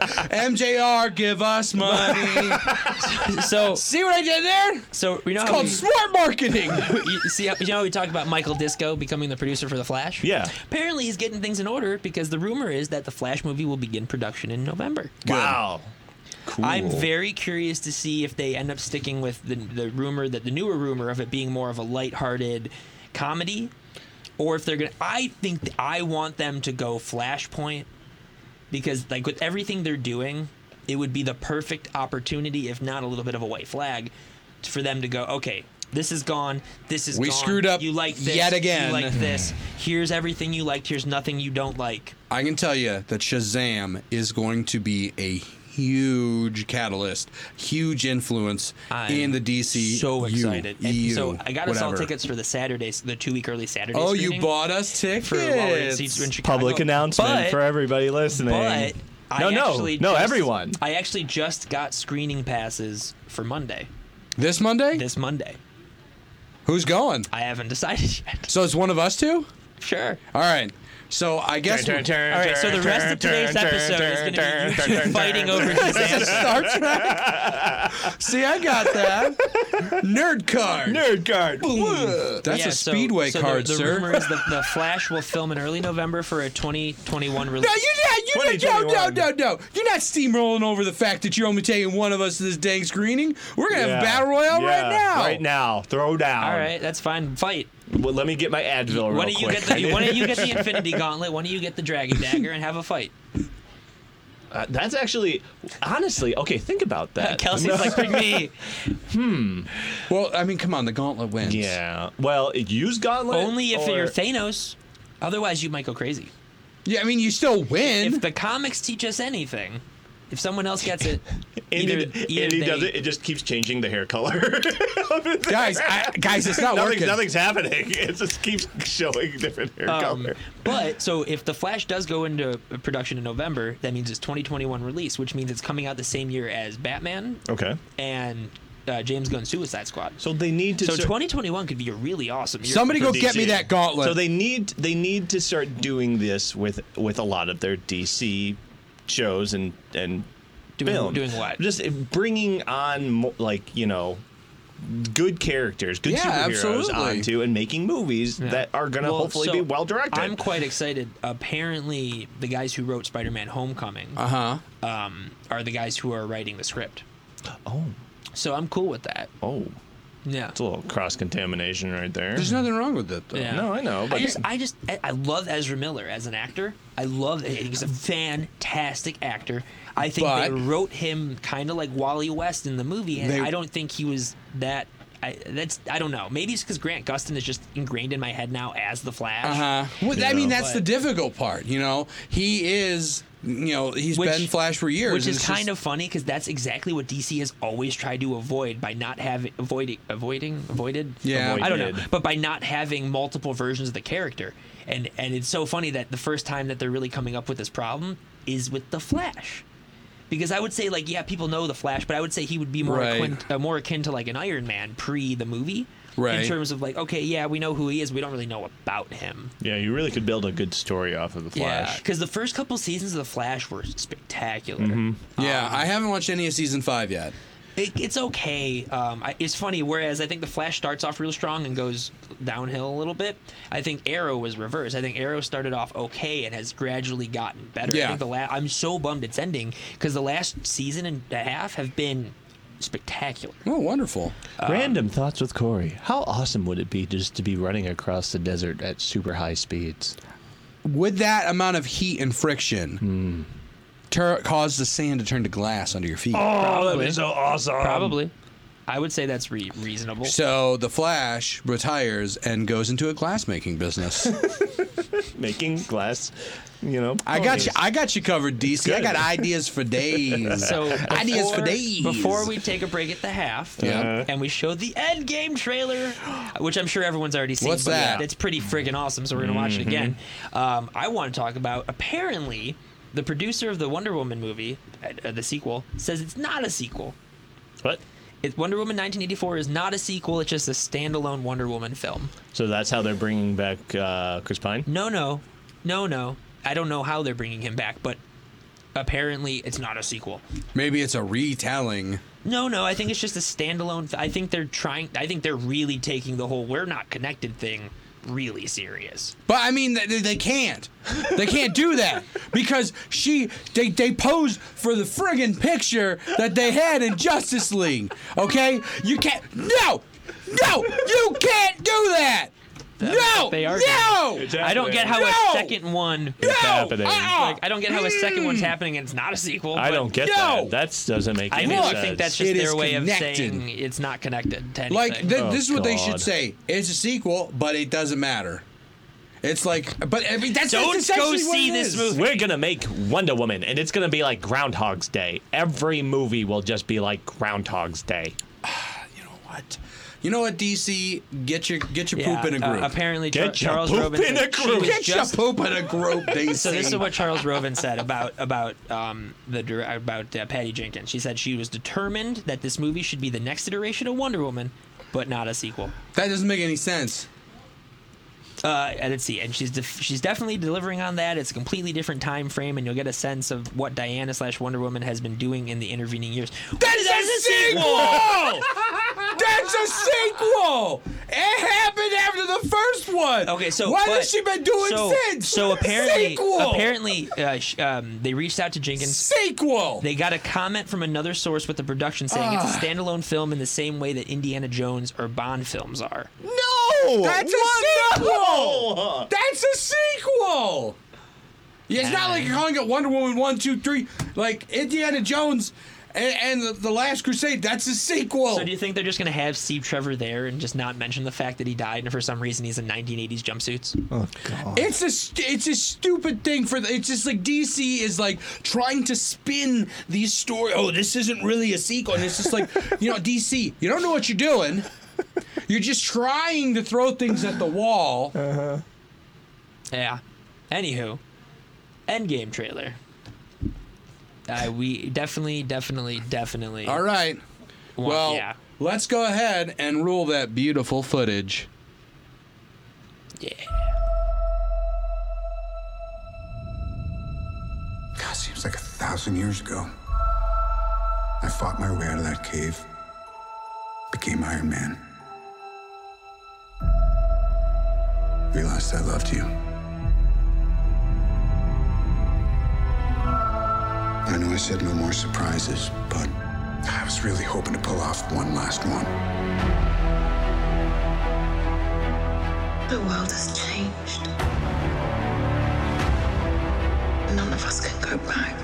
MJR, give us [laughs] money. So See what I did there? It's so you know how called we- smart marketing. you see how, you know how we talk about Michael Disco becoming the producer for The Flash? Yeah. Apparently he's getting things in order because the rumor is that the Flash movie will begin production in November. wow. Cool. I'm very curious to see if they end up sticking with the the rumor that the newer rumor of it being more of a lighthearted comedy or if they're going to I think th- I want them to go Flashpoint because like with everything they're doing, it would be the perfect opportunity if not a little bit of a white flag for them to go, okay, this is gone. This is We gone. screwed up You like this yet again." You like this. Here's everything you liked. Here's nothing you don't like. [laughs] I can tell you that Shazam is going to be a huge catalyst, huge influence I'm in the DC. so excited. EU, And so I got us all whatever. tickets for the Saturdays, the two week early Saturday. Oh, screening you bought us tickets for while we're in seats in Chicago. public announcement but, for everybody listening. But I no, no, actually no, just- everyone. I actually just got screening passes for Monday. this Monday. This Monday. Who's going? I haven't decided [laughs] yet. So it's one of us two. Sure. All right. So I guess Turn, turn, turn, All right, so the rest of today's episode is going to be you two [laughs] fighting over [laughs] This Shazam. is Star Trek. See, I got that. Nerd card. Nerd card. That's Yeah, a so- speedway so card, the, the sir. rumor is that the Flash will film in early November for a 2021 release. No, you're not. You're not. No, no, no, no. You're not steamrolling over the fact that you're only taking one of us to this dang screening. We're gonna have Yeah. a battle royale right Yeah, now. Right now. Throw down. All right, that's fine. Fight. Well, let me get my Advil Why real don't you quick. get the Why don't you get the Infinity Gauntlet? Why don't you get the Dragon Dagger and have a fight? [laughs] Uh, that's actually, honestly, okay, think about [laughs] that. Kelsey's like, bring me. Well, I mean, come on. The gauntlet wins. [laughs] Yeah. Well, use Gauntlet. Only if or- you're Thanos. Otherwise, you might go crazy. Yeah. I mean, you still win. If the comics teach us anything, if someone else gets it, [laughs] And either, he, either and he they- does it, it just keeps changing the hair color. [laughs] Nothing's, guys, I, guys, it's [laughs] not working. nothing's happening. [laughs] It just keeps showing different hair Um, color. but so if the Flash does go into production in November, that means it's 2021 release, which means it's coming out the same year as Batman Okay. and uh, James Gunn's Suicide Squad. So, So they need to. start- 2021 could be a really awesome year. Somebody for go get me DC. that gauntlet. So they need they need to start doing this with with a lot of their DC shows and and Mm-hmm. Doing- film. doing what? Just bringing on mo- like you know good characters, good Yeah, superheroes absolutely. onto and making movies that are going to Well, hopefully so be well directed. I'm quite excited. Apparently, the guys who wrote Spider-Man: Homecoming uh huh. um, are the guys who are writing the script. oh So I'm cool with that. oh, Yeah. it's a little cross contamination right there. There's nothing wrong with that though. Yeah. No, I know, but I just, I just, I- I love Ezra Miller as an actor. I love it. He's a fantastic actor. I think they But- wrote him kind of like Wally West in the movie, and They- I don't think he was that. I, that's I don't know. Maybe it's because Grant Gustin is just ingrained in my head now as the Flash. Uh huh. Well, I mean, know. that's the But- difficult part. You know, he is. You know, he's Which- been Flash for years, Which and is it's kind just- of funny because that's exactly what DC has always tried to avoid by not having avoiding avoiding avoided. Yeah. I don't know, Avoided. but by not having multiple versions of the character, and and it's so funny that the first time that they're really coming up with this problem is with the Flash, because I would say like yeah people know the Flash, but I would say he would be more Right. akin, uh, more akin to like an Iron Man pre the movie. Right. In terms of like, okay, yeah, we know who he is. We don't really know about him. yeah, you really could build a good story off of the Flash. because the first couple seasons of the Flash were spectacular. yeah. I haven't watched any of season five yet. It, it's okay. Um, I, it's funny. Whereas I think the Flash starts off real strong and goes downhill a little bit. I think Arrow was reversed. I think Arrow started off okay and has gradually gotten better. I Yeah. think the la- I'm so bummed it's ending because the last season and a half have been spectacular. Oh, wonderful. Random thoughts with Corey. How awesome would it be just to be running across the desert at super high speeds? Would that amount of heat and friction tur- cause the sand to turn to glass under your feet? Oh, that'd be so awesome. Probably. I would say that's re- reasonable. So the Flash retires and goes into a glass making [laughs] business. Making glass, you know. I got you. I got you covered, DC. I good. got ideas [laughs] for days. So [laughs] ideas for before- days. Before we take a break at the half, uh, Yeah. and we show the end game trailer, [gasps] which I'm sure everyone's already seen. What's but that? Mm-hmm. It's pretty friggin' awesome. So we're gonna watch it again. Um, I want to talk about apparently the producer of the Wonder Woman movie, uh, uh, the sequel, says it's not a sequel. What? It, Wonder Woman 1984 is not a sequel. It's just a standalone Wonder Woman film. So that's how they're bringing back uh, Chris Pine. No, no, no, no. I don't know how they're bringing him back, but apparently it's not a sequel. Maybe it's a retelling. No, no. I think it's just a standalone. I think they're trying. I think they're really taking the whole "we're not connected" thing really serious. But I mean, they, they can't. They can't do that because she they they posed for the friggin' picture that they had in Justice League. Okay, you can't. No, no, you can't do that. no, they are no. I don't get how No! a second one. Ah! no, happening. Mm. uh-uh. Like, I don't get how a second one's happening and it's not a sequel. I but don't get No! that. That doesn't make I any really sense. think that's just It is their way connected. of saying it's not connected to anything. Like th- Oh, this is what they should God. say. It's a sequel, but it doesn't matter. It's like, but I mean, that's Don't that's go essentially what see it this is. movie. We're gonna make Wonder Woman, and it's gonna be like Groundhog's Day. Every movie will just be like Groundhog's Day. You know what? You know what? DC, get your get your Yeah, poop in a uh, group. apparently, Get Char- your Charles poop Robinson. in a she group. was Get just- your poop in a group, DC. [laughs] So this is what Charles Roven said about about um, the dir- about uh, Patty Jenkins. She said she was determined that this movie should be the next iteration of Wonder Woman, but not a sequel. that doesn't make any sense. Uh, and let's see, and she's def- she's definitely delivering on that. It's a completely different time frame, and you'll get a sense of what Diana slash Wonder Woman has been doing in the intervening years. That is That's a sequel! [laughs] That's a sequel! It happened after the first one. Okay, so what but- has she been doing so, since? So apparently, sequel. apparently, uh, sh- um, they reached out to Jenkins. sequel. They got a comment from another source with the production saying it's a standalone film in the same way that Indiana Jones or Bond films are. No! That's What? a sequel. No! That's a sequel. Yeah, it's not like Nine. you're calling it Wonder Woman one, two, three, like Indiana Jones and, and the, the Last Crusade. That's a sequel. So do you think they're just gonna have Steve Trevor there and just not mention the fact that he died and for some reason he's in 1980s jumpsuits? Oh, God. It's a st- it's a stupid thing for the, it's just like DC is like trying to spin these story. Oh, this isn't really a sequel, and it's just like you know DC, you don't know what you're doing. You're just trying to throw things at the wall. Yeah. Anywho, Endgame trailer. Uh, we definitely, definitely, definitely. All right, want- well, yeah, let's go ahead and roll that beautiful footage. yeah. God, seems like a thousand years ago. I fought my way out of that cave, became Iron Man. Realized I loved you. I know I said no more surprises, but I was really hoping to pull off one last one. The world has changed. None of us can go back.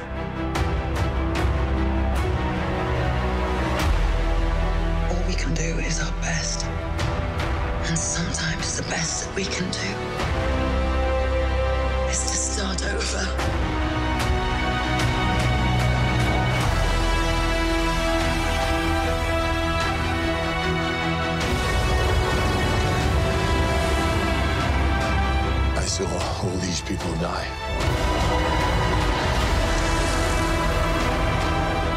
All we can do is our best. And sometimes the best that we can do is to start over. I saw all these people die.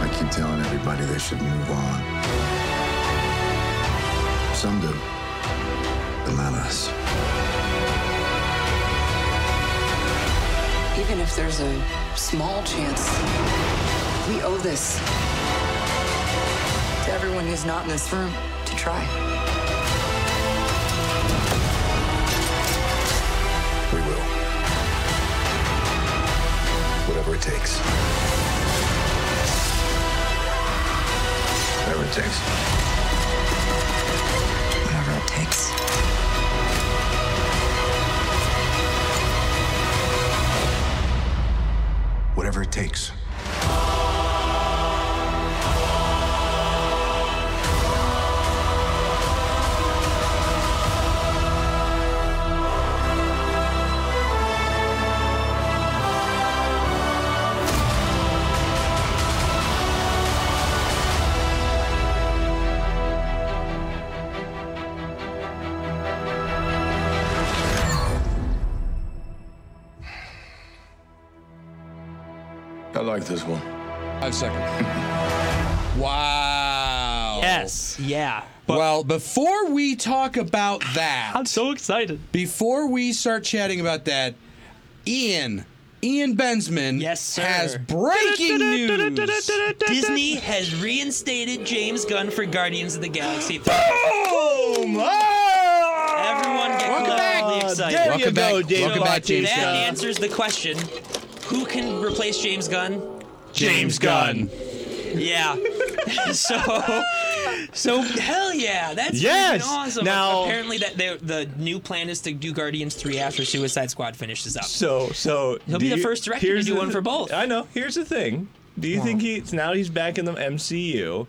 I keep telling everybody they should move on. Some do, but not us. Even if there's a small chance, we owe this to everyone who's not in this room to try. We will. Whatever it takes. Whatever it takes. Whatever it takes. Whatever it takes. I like this one. Five seconds. Wow. Yes. Yeah. But Well, before we talk about that, I'm so excited. before we start chatting about that, Ian, Ian Bensman Yes, sir. has breaking news. Disney has reinstated James Gunn for Guardians of the Galaxy. Boom! Ah! Everyone get Welcome collectively back. excited. There Welcome you go, back. David Welcome back, Bautista. James That Gunn. answers the question: Who can replace James Gunn? James Gunn. [laughs] Yeah. [laughs] so, so hell yeah, that's Yes. freaking awesome. Now- apparently that they, the new plan is to do Guardians three after Suicide Squad finishes up. So, so He'll do be the first director to here's do the one for both. I know. Here's the thing. Do you think he's now he's back in the MCU?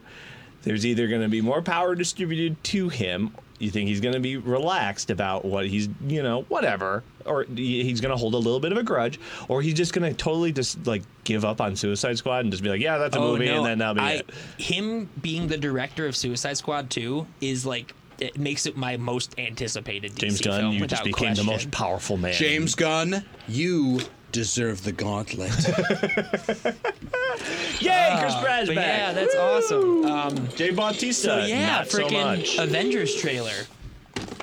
There's either going to be more power distributed to him. You think he's going to be relaxed about what he's, you know, whatever, or he- he's going to hold a little bit of a grudge, or he's just going to totally just like give up on Suicide Squad and just be like, yeah, that's a movie, and then that'll be Oh, I- it. Him being the director of Suicide Squad two is like it makes it my most anticipated DC James Gunn, film you without just became question. the most powerful man. James Gunn, you deserve the gauntlet. yay, Chris Ah, Pratt's But back. yeah, that's awesome. Um, Jay Bautista, so yeah, not so freaking much. Avengers trailer.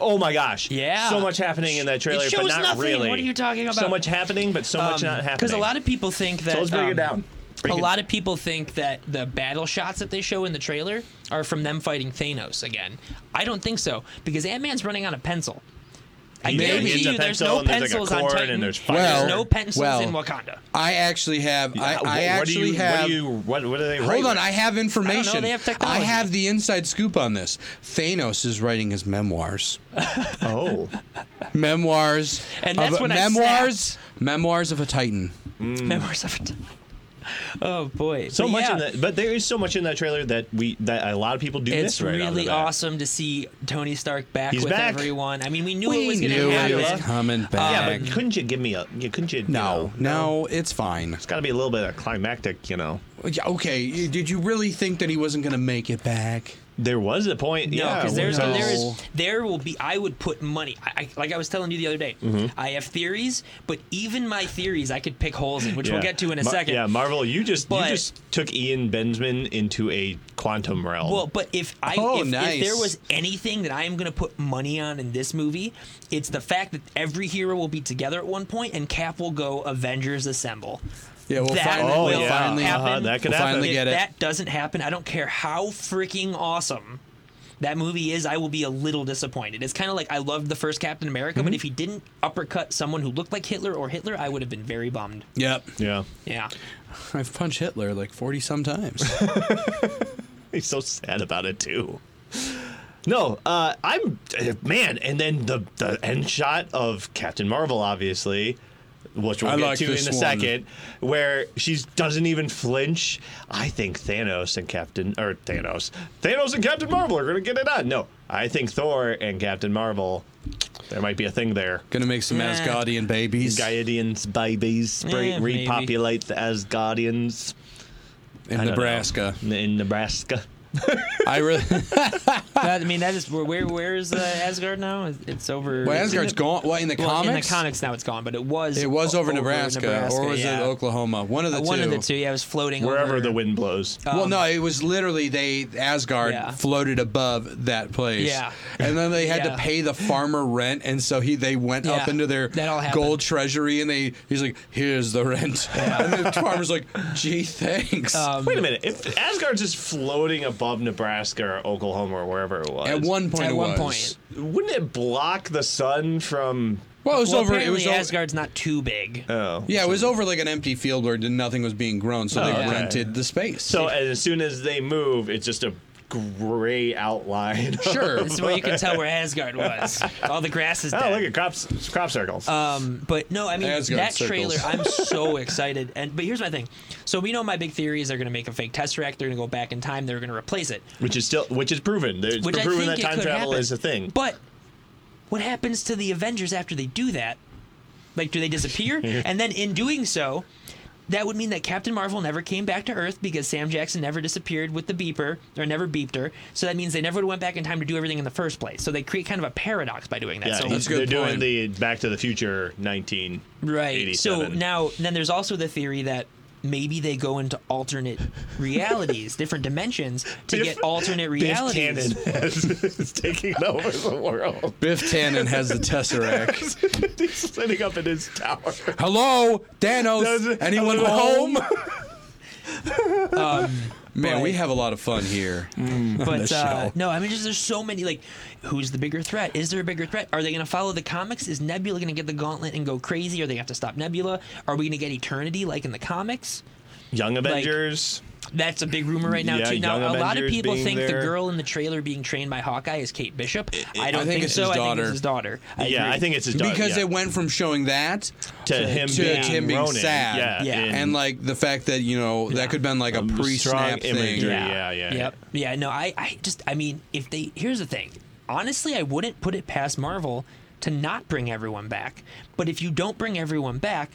Oh my gosh. Yeah. So much happening in that trailer, but shows not nothing. really. What are you talking So about? much happening, but so much not happening. Because Um, a lot of people think that. So let's break um, it down. Break a it- lot of people think that the battle shots that they show in the trailer are from them fighting Thanos again. I don't think so because Ant Man's running on a pencil. I He is. guarantee He is a you, there's pencil no and there's like a pencils on cord and Titan. there's fire. there's Well- no pencils well- in Wakanda. I actually have. I, Uh, I wh- what do actually you, have. What do you? What, what are they? Hold writing? on, I have information. they have I technology. have the inside scoop on this. Thanos is writing his memoirs. [laughs] Oh, Memoirs. And of that's a- when I memoirs. memoirs of a Titan. [laughs] Memoirs of it. Oh boy, Hmm. so But much yeah, in that, but there is so much in that trailer that we that a lot of people do It's miss right off the really bat. awesome to see Tony Stark back He's with back. everyone. I mean, we knew it We was going knew to it happen. was coming Yeah, back. but couldn't you give me a? You couldn't you? you no, know, no, it's fine. It's got to be a little bit of climactic, you know. Yeah, Okay, y- did you really think that he wasn't going to make it back? There was a point. No, yeah, because there's no. there is there will be. I would put money. I, I like I was telling you the other day. Mm-hmm. I have theories, but even my theories, I could pick holes in, which we'll get to in a Mar- second. Yeah, Marvel, you just But- you just took Ian Bensman into a quantum realm. Well, but if I Oh, if, nice. if there was anything that I am going to put money on in this movie, it's the fact that every hero will be together at one point, and Cap will go Avengers Assemble. Yeah, we'll That finally, oh will we'll yeah, finally, uh-huh, that could We'll happen. finally if get it. that doesn't happen, I don't care how freaking awesome that movie is, I will be a little disappointed. It's kind of like I loved the first Captain America, Mm-hmm. but if he didn't uppercut someone who looked like Hitler or Hitler, I would have been very bummed. Yep, yeah, [laughs] Yeah. I've punched Hitler like forty some [laughs] times. he's so sad about it too. No, uh, I'm uh, man, and then the the end shot of Captain Marvel, obviously, which we'll I get like to in a this one. second, where she doesn't even flinch. I think Thanos and Captain or Thanos, Thanos and Captain Marvel are gonna get it on. No, I think Thor and Captain Marvel, there might be a thing there. Gonna make some Nah. Asgardian babies Guardians babies spray, Eh, maybe. repopulate the Asgardians in I don't know. Nebraska. In Nebraska. I [laughs] really. That- I mean, that is where where, where is uh, Asgard now? It's- It's over. Well, it's in Asgard's the- gone. What in the well, comics? In the comics now, it's gone, but it was. It was o- over, Nebraska, or was yeah. it Oklahoma? One of the Uh, two. One of the two. Yeah, it was floating Wherever over- the wind blows. well, no, it was literally they Asgard Um, Yeah. floated above that place. Yeah. and then they had Yeah. to pay the farmer rent, and so he they went up Yeah, into their that all happened. gold treasury, and they he's like, "Here's the rent," [laughs] and the farmer's like, "Gee, thanks." Um, Wait a minute. If Asgard's just floating above Nebraska or Oklahoma or wherever it was, at one point, at it one was. point. wouldn't it block the sun from? Well, it was well, over. It apparently was over, Asgard's not too big. Oh, Yeah, it was over like an empty field where nothing was being grown, so they okay. rented the space. So as soon as they move, it's just a gray outline. [laughs] sure, That's where you can tell where Asgard [laughs] was. All the grass is oh, dead. look at crops, crop circles. Um, but no, I mean Asgard that circles. trailer. [laughs] I'm so excited. And but here's my thing. So we know my big theory is they're going to make a fake Tesseract. They're going to go back in time. They're going to replace it, which is still, which is proven. There's which I proven think that it time could travel happen. is a thing. But what happens to the Avengers after they do that? Like, do they [laughs] disappear? and then in doing so, that would mean that Captain Marvel never came back to Earth because Sam Jackson never disappeared with the beeper or never beeped her. So that means they never went back in time to do everything in the first place. So they create kind of a paradox by doing that. yeah, so That's a they're good doing point. the Back to the Future 19. Right. So now, then there's also the theory that maybe they go into alternate realities, different dimensions to Biff- get alternate Biff realities. Tannen [laughs] has- is taking over the world. [laughs] Biff Tannen has the Tesseract. He's sitting up in his tower. Hello, Does Thanos. it- Anyone Hello? home? [laughs] Man, we but- have a lot of fun here. Mm. But the uh, show. no, I mean, just there's so many. Like, who's the bigger threat? Is there a bigger threat? Are they going to follow the comics? Is Nebula going to get the gauntlet and go crazy? Are they going to have to stop Nebula? Are we going to get Eternity like in the comics? Young Avengers. That's a big rumor right now Yeah, too. Now, Young a lot of Avengers people being think there. the girl in the trailer being trained by Hawkeye is Kate Bishop. I don't I think think, it's so. his I think daughter. it's his daughter. I yeah, agree. I think it's his daughter. Because yeah. it went from showing that to him to being, him being Ronin, sad. Yeah, Yeah. and, And- like the fact that, you know, that could have been like a Um, pre snap strong imagery. thing. Yeah, yeah, Yep. Yeah. no, I, I just, I mean, if they, here's the thing. Honestly, I wouldn't put it past Marvel to not bring everyone back. But if you don't bring everyone back,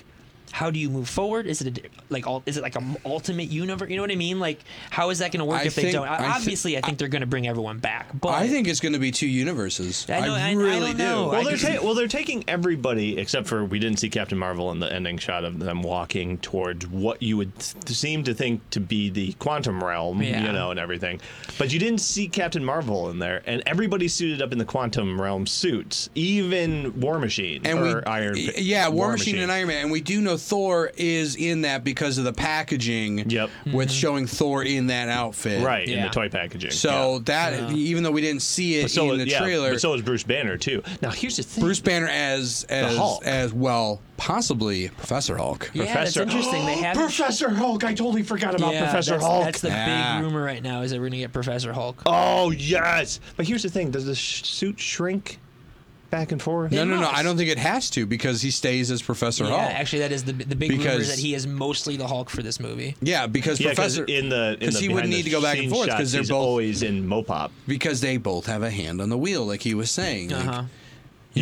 How do you move forward? Is it a, di- like all? Is it like an ultimate universe? You know what I mean? Like, how is that going to work I if they think- don't? I thi- Obviously, I think they're going to bring everyone back. But I think it's going to be two universes. I know- I- I really don't know. do. I Well, they're just- ta- well, they're taking everybody except for we didn't see Captain Marvel in the ending shot of them walking towards what you would th- seem to think to be the quantum realm, Yeah. you know, and everything. But you didn't see Captain Marvel in there, and everybody's suited up in the quantum realm suits, even War Machine and or we, Iron. y- yeah, War, Machine, and Iron Man, and we do know Thor is in that because of the packaging. Yep. Mm-hmm. with showing Thor in that outfit. right in Yeah. the toy packaging. So yeah. that even though we didn't see it But so in the yeah, trailer, but so is Bruce Banner too. Now here's the thing. Bruce Banner as as Hulk. as well, possibly Professor Hulk. yeah, Professor- that's interesting. They have Professor Hulk. I totally forgot about yeah, Professor that's, Hulk. That's the Yeah. big rumor right now is that we're going to get Professor Hulk. Oh yes, but here's the thing: does the sh- suit shrink back and forth? No, It no, no. must. I don't think it has to because he stays as Professor yeah, Hulk. actually, that is the the big rumor Because- is that he is mostly the Hulk for this movie. yeah, because Yeah, because Professor in the in the he wouldn't behind the need to go back and scenes forth shots, because they're he's both always in Mopop. because they both have a hand on the wheel, like he was saying. Like, Uh-huh. you know,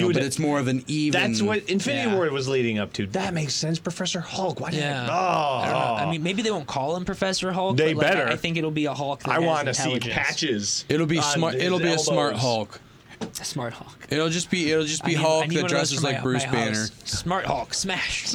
You would- but it's more of an even. That's what Infinity Yeah. War was leading up to. That makes sense, Professor Hulk. Why did Yeah. I, I, don't know. oh, I mean, maybe they won't call him Professor Hulk. They but, like, I- better. I think it'll be a Hulk. That I want want to see patches. It'll be on smart. his It'll be a smart elbows. Hulk. Smart Hulk. It'll just be it'll just be I need- I Hulk need one that of those dresses for my- like Bruce my Banner. house. Smart Hulk, [laughs] smash.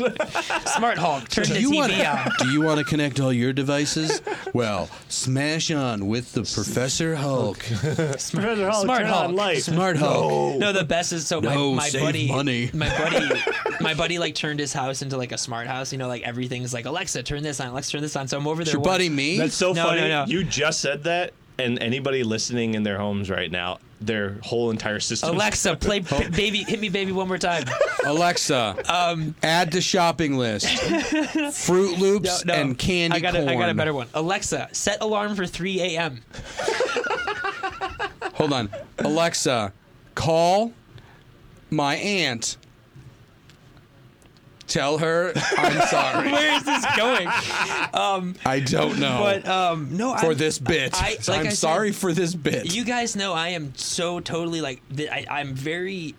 Smart Hulk, turn the Do you TV want on. to? [laughs] Do you want to connect all your devices? Well, smash on with the Professor [laughs] Hulk, Professor Hulk, Smart Oh, turn Hulk. on light. Smart Hulk. No, the best is so my, No, my save buddy, money. [laughs] my buddy, my buddy like turned his house into like a smart house. You know, like everything's like Alexa, turn this on, Alexa, turn this on. So I'm over there. Your once- buddy me. [laughs] That's so No, funny. no, no. You just said that, and anybody listening in their homes right now, their whole entire system. Alexa, play b- baby, hit me, baby, one more time. Alexa, Um, add to shopping list [laughs] Fruit Loops No, no. and candy I got corn. A, I got a better one. Alexa, set alarm for 3 a.m. Hold on, Alexa, call my aunt. Tell her I'm [laughs] sorry. Where is this [laughs] going? I don't know. But um, no, Oh. for I'm- this bit, I- like I'm I said, sorry for this bit. You guys know I am so totally like th- I, I'm very.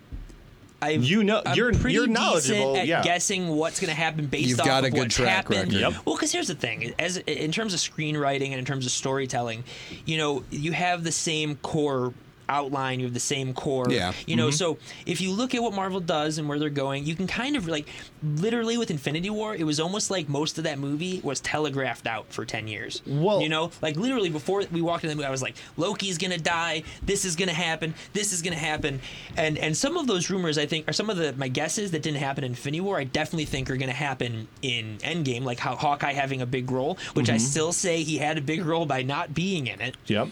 I You know- I'm you're- pretty you're knowledgeable, decent at yeah. guessing what's going to happen based You've off got of a good what's track happened. record. Yep. Well, because here's the thing: as in terms of screenwriting and in terms of storytelling, you know, you have the same core outline you have the same core Yeah. you know so if you look at what marvel does and where they're going you can kind of like literally with infinity war it was almost like most of that movie was telegraphed out for 10 years Well- you know know? Like literally before we walked in the movie, I was like, Loki's gonna die. This is gonna happen. This is gonna happen. And and some of those rumors, I think, are some of the my guesses that didn't happen in Infinity War. I definitely think are gonna happen in Endgame, like how Hawkeye having a big role, which I still say he had a big role by not being in it. Yep.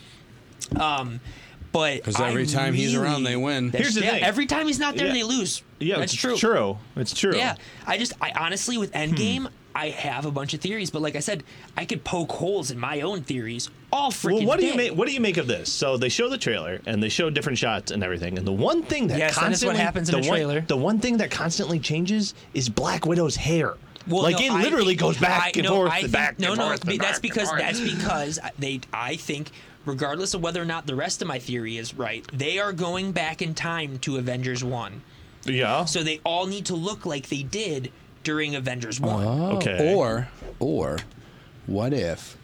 But 'Cause every I time he's really- around, they win. That's- Here's the yeah, thing. Every time he's not there, Yeah. they lose. Yeah, that's it's true. True. Hmm. It's true. Yeah, I just, I honestly, with Endgame, I have a bunch of theories, but like I said, I could poke holes in my own theories all freaking Well, what do day. you make? What do you make of this? So they show the trailer and they show different shots and everything. And the one thing that Yes, that is what constantly happens in the a one- trailer. the one thing that constantly changes is Black Widow's hair. like no, it I literally think- goes back I- and no, forth, I and think- back No, and no, forth. be- and that's back and because forth. that's because they. I think, regardless of whether or not the rest of my theory is right, they are going back in time to Avengers One, yeah. so they all need to look like they did during Avengers One. Oh. okay. Or, or, what if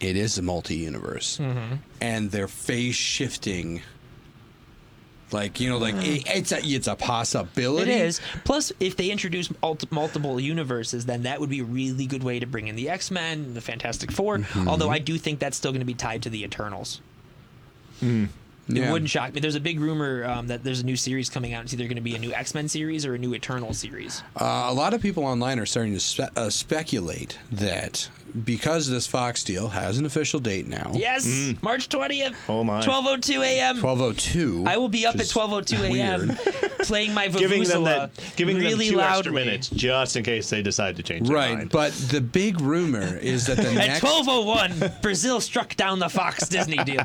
it is a multi-universe Mm-hmm. and they're phase shifting? Like you know, like it, it's a it's a Mm. It possibility. is. Plus, if they introduce alt- multiple universes, then that would be a really good way to bring in the X Men and the Fantastic 4 Mm-hmm. Although I do think that's still going to be tied to the Eternals. It Yeah. wouldn't shock me. There's a big rumor um, that there's a new series coming out. It's either going to be a new X Men series or a new Eternal series. Oh, Uh, a lot of people online are starting to spe- uh, speculate that because this Fox deal has an official date now, Yes, March 20th. mm. Oh, my. 12:02 a.m. twelve oh two. I will be up at Just 12:02 a.m. [laughs] playing my Vuvuzela Giving them that, giving really them two loudly. extra minutes just in case they decide to change their Right, mind. but the big rumor is that the [laughs] At next 12:01, Brazil struck down the Fox Disney [laughs] deal.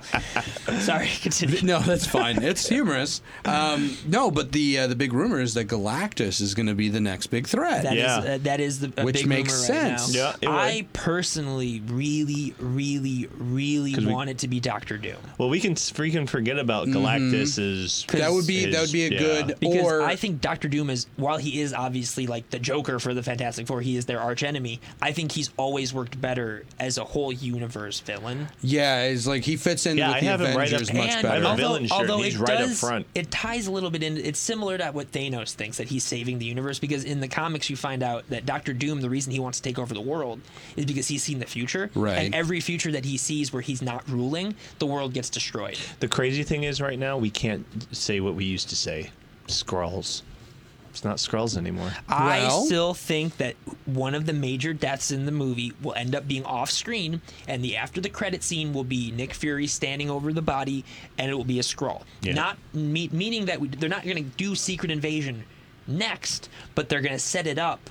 Sorry, continue. No, that's fine. It's humorous. Um, no, but the uh, the big rumor is that Galactus is going to be the next big threat. That is Yeah. uh, that is the a Which big makes rumor right sense. now. Yeah, it would. I personally really, really, really we- want it to be Doctor Doom. Well, we can freaking forget about Galactus's. Mm-hmm. That would be his- that would be a yeah, good because Or- I think Doctor Doom is while he is obviously like the Joker for the Fantastic Four, he is their arch enemy. I think he's always worked better as a whole universe villain. Yeah, it's like he fits in Yeah, with I the have him right Avengers up- much and better. I have a although, villain shirt, and although he's it right up does- front. it ties a little bit in. It's similar to what Thanos thinks that he's saving the universe because in the comics you find out that Doctor Doom, the reason he wants to take over the world is because he's seen the future, Right. And every future that he sees where he's not ruling, the world gets destroyed. The crazy thing is, right now we can't say what we used to say. Skrulls. It's not Skrulls anymore. I Well- still think that one of the major deaths in the movie will end up being off screen, and the after the credit scene will be Nick Fury standing over the body, and it will be a scroll. Yeah. Not me- meaning that we, they're not going to do Secret Invasion next, but they're going to set it up,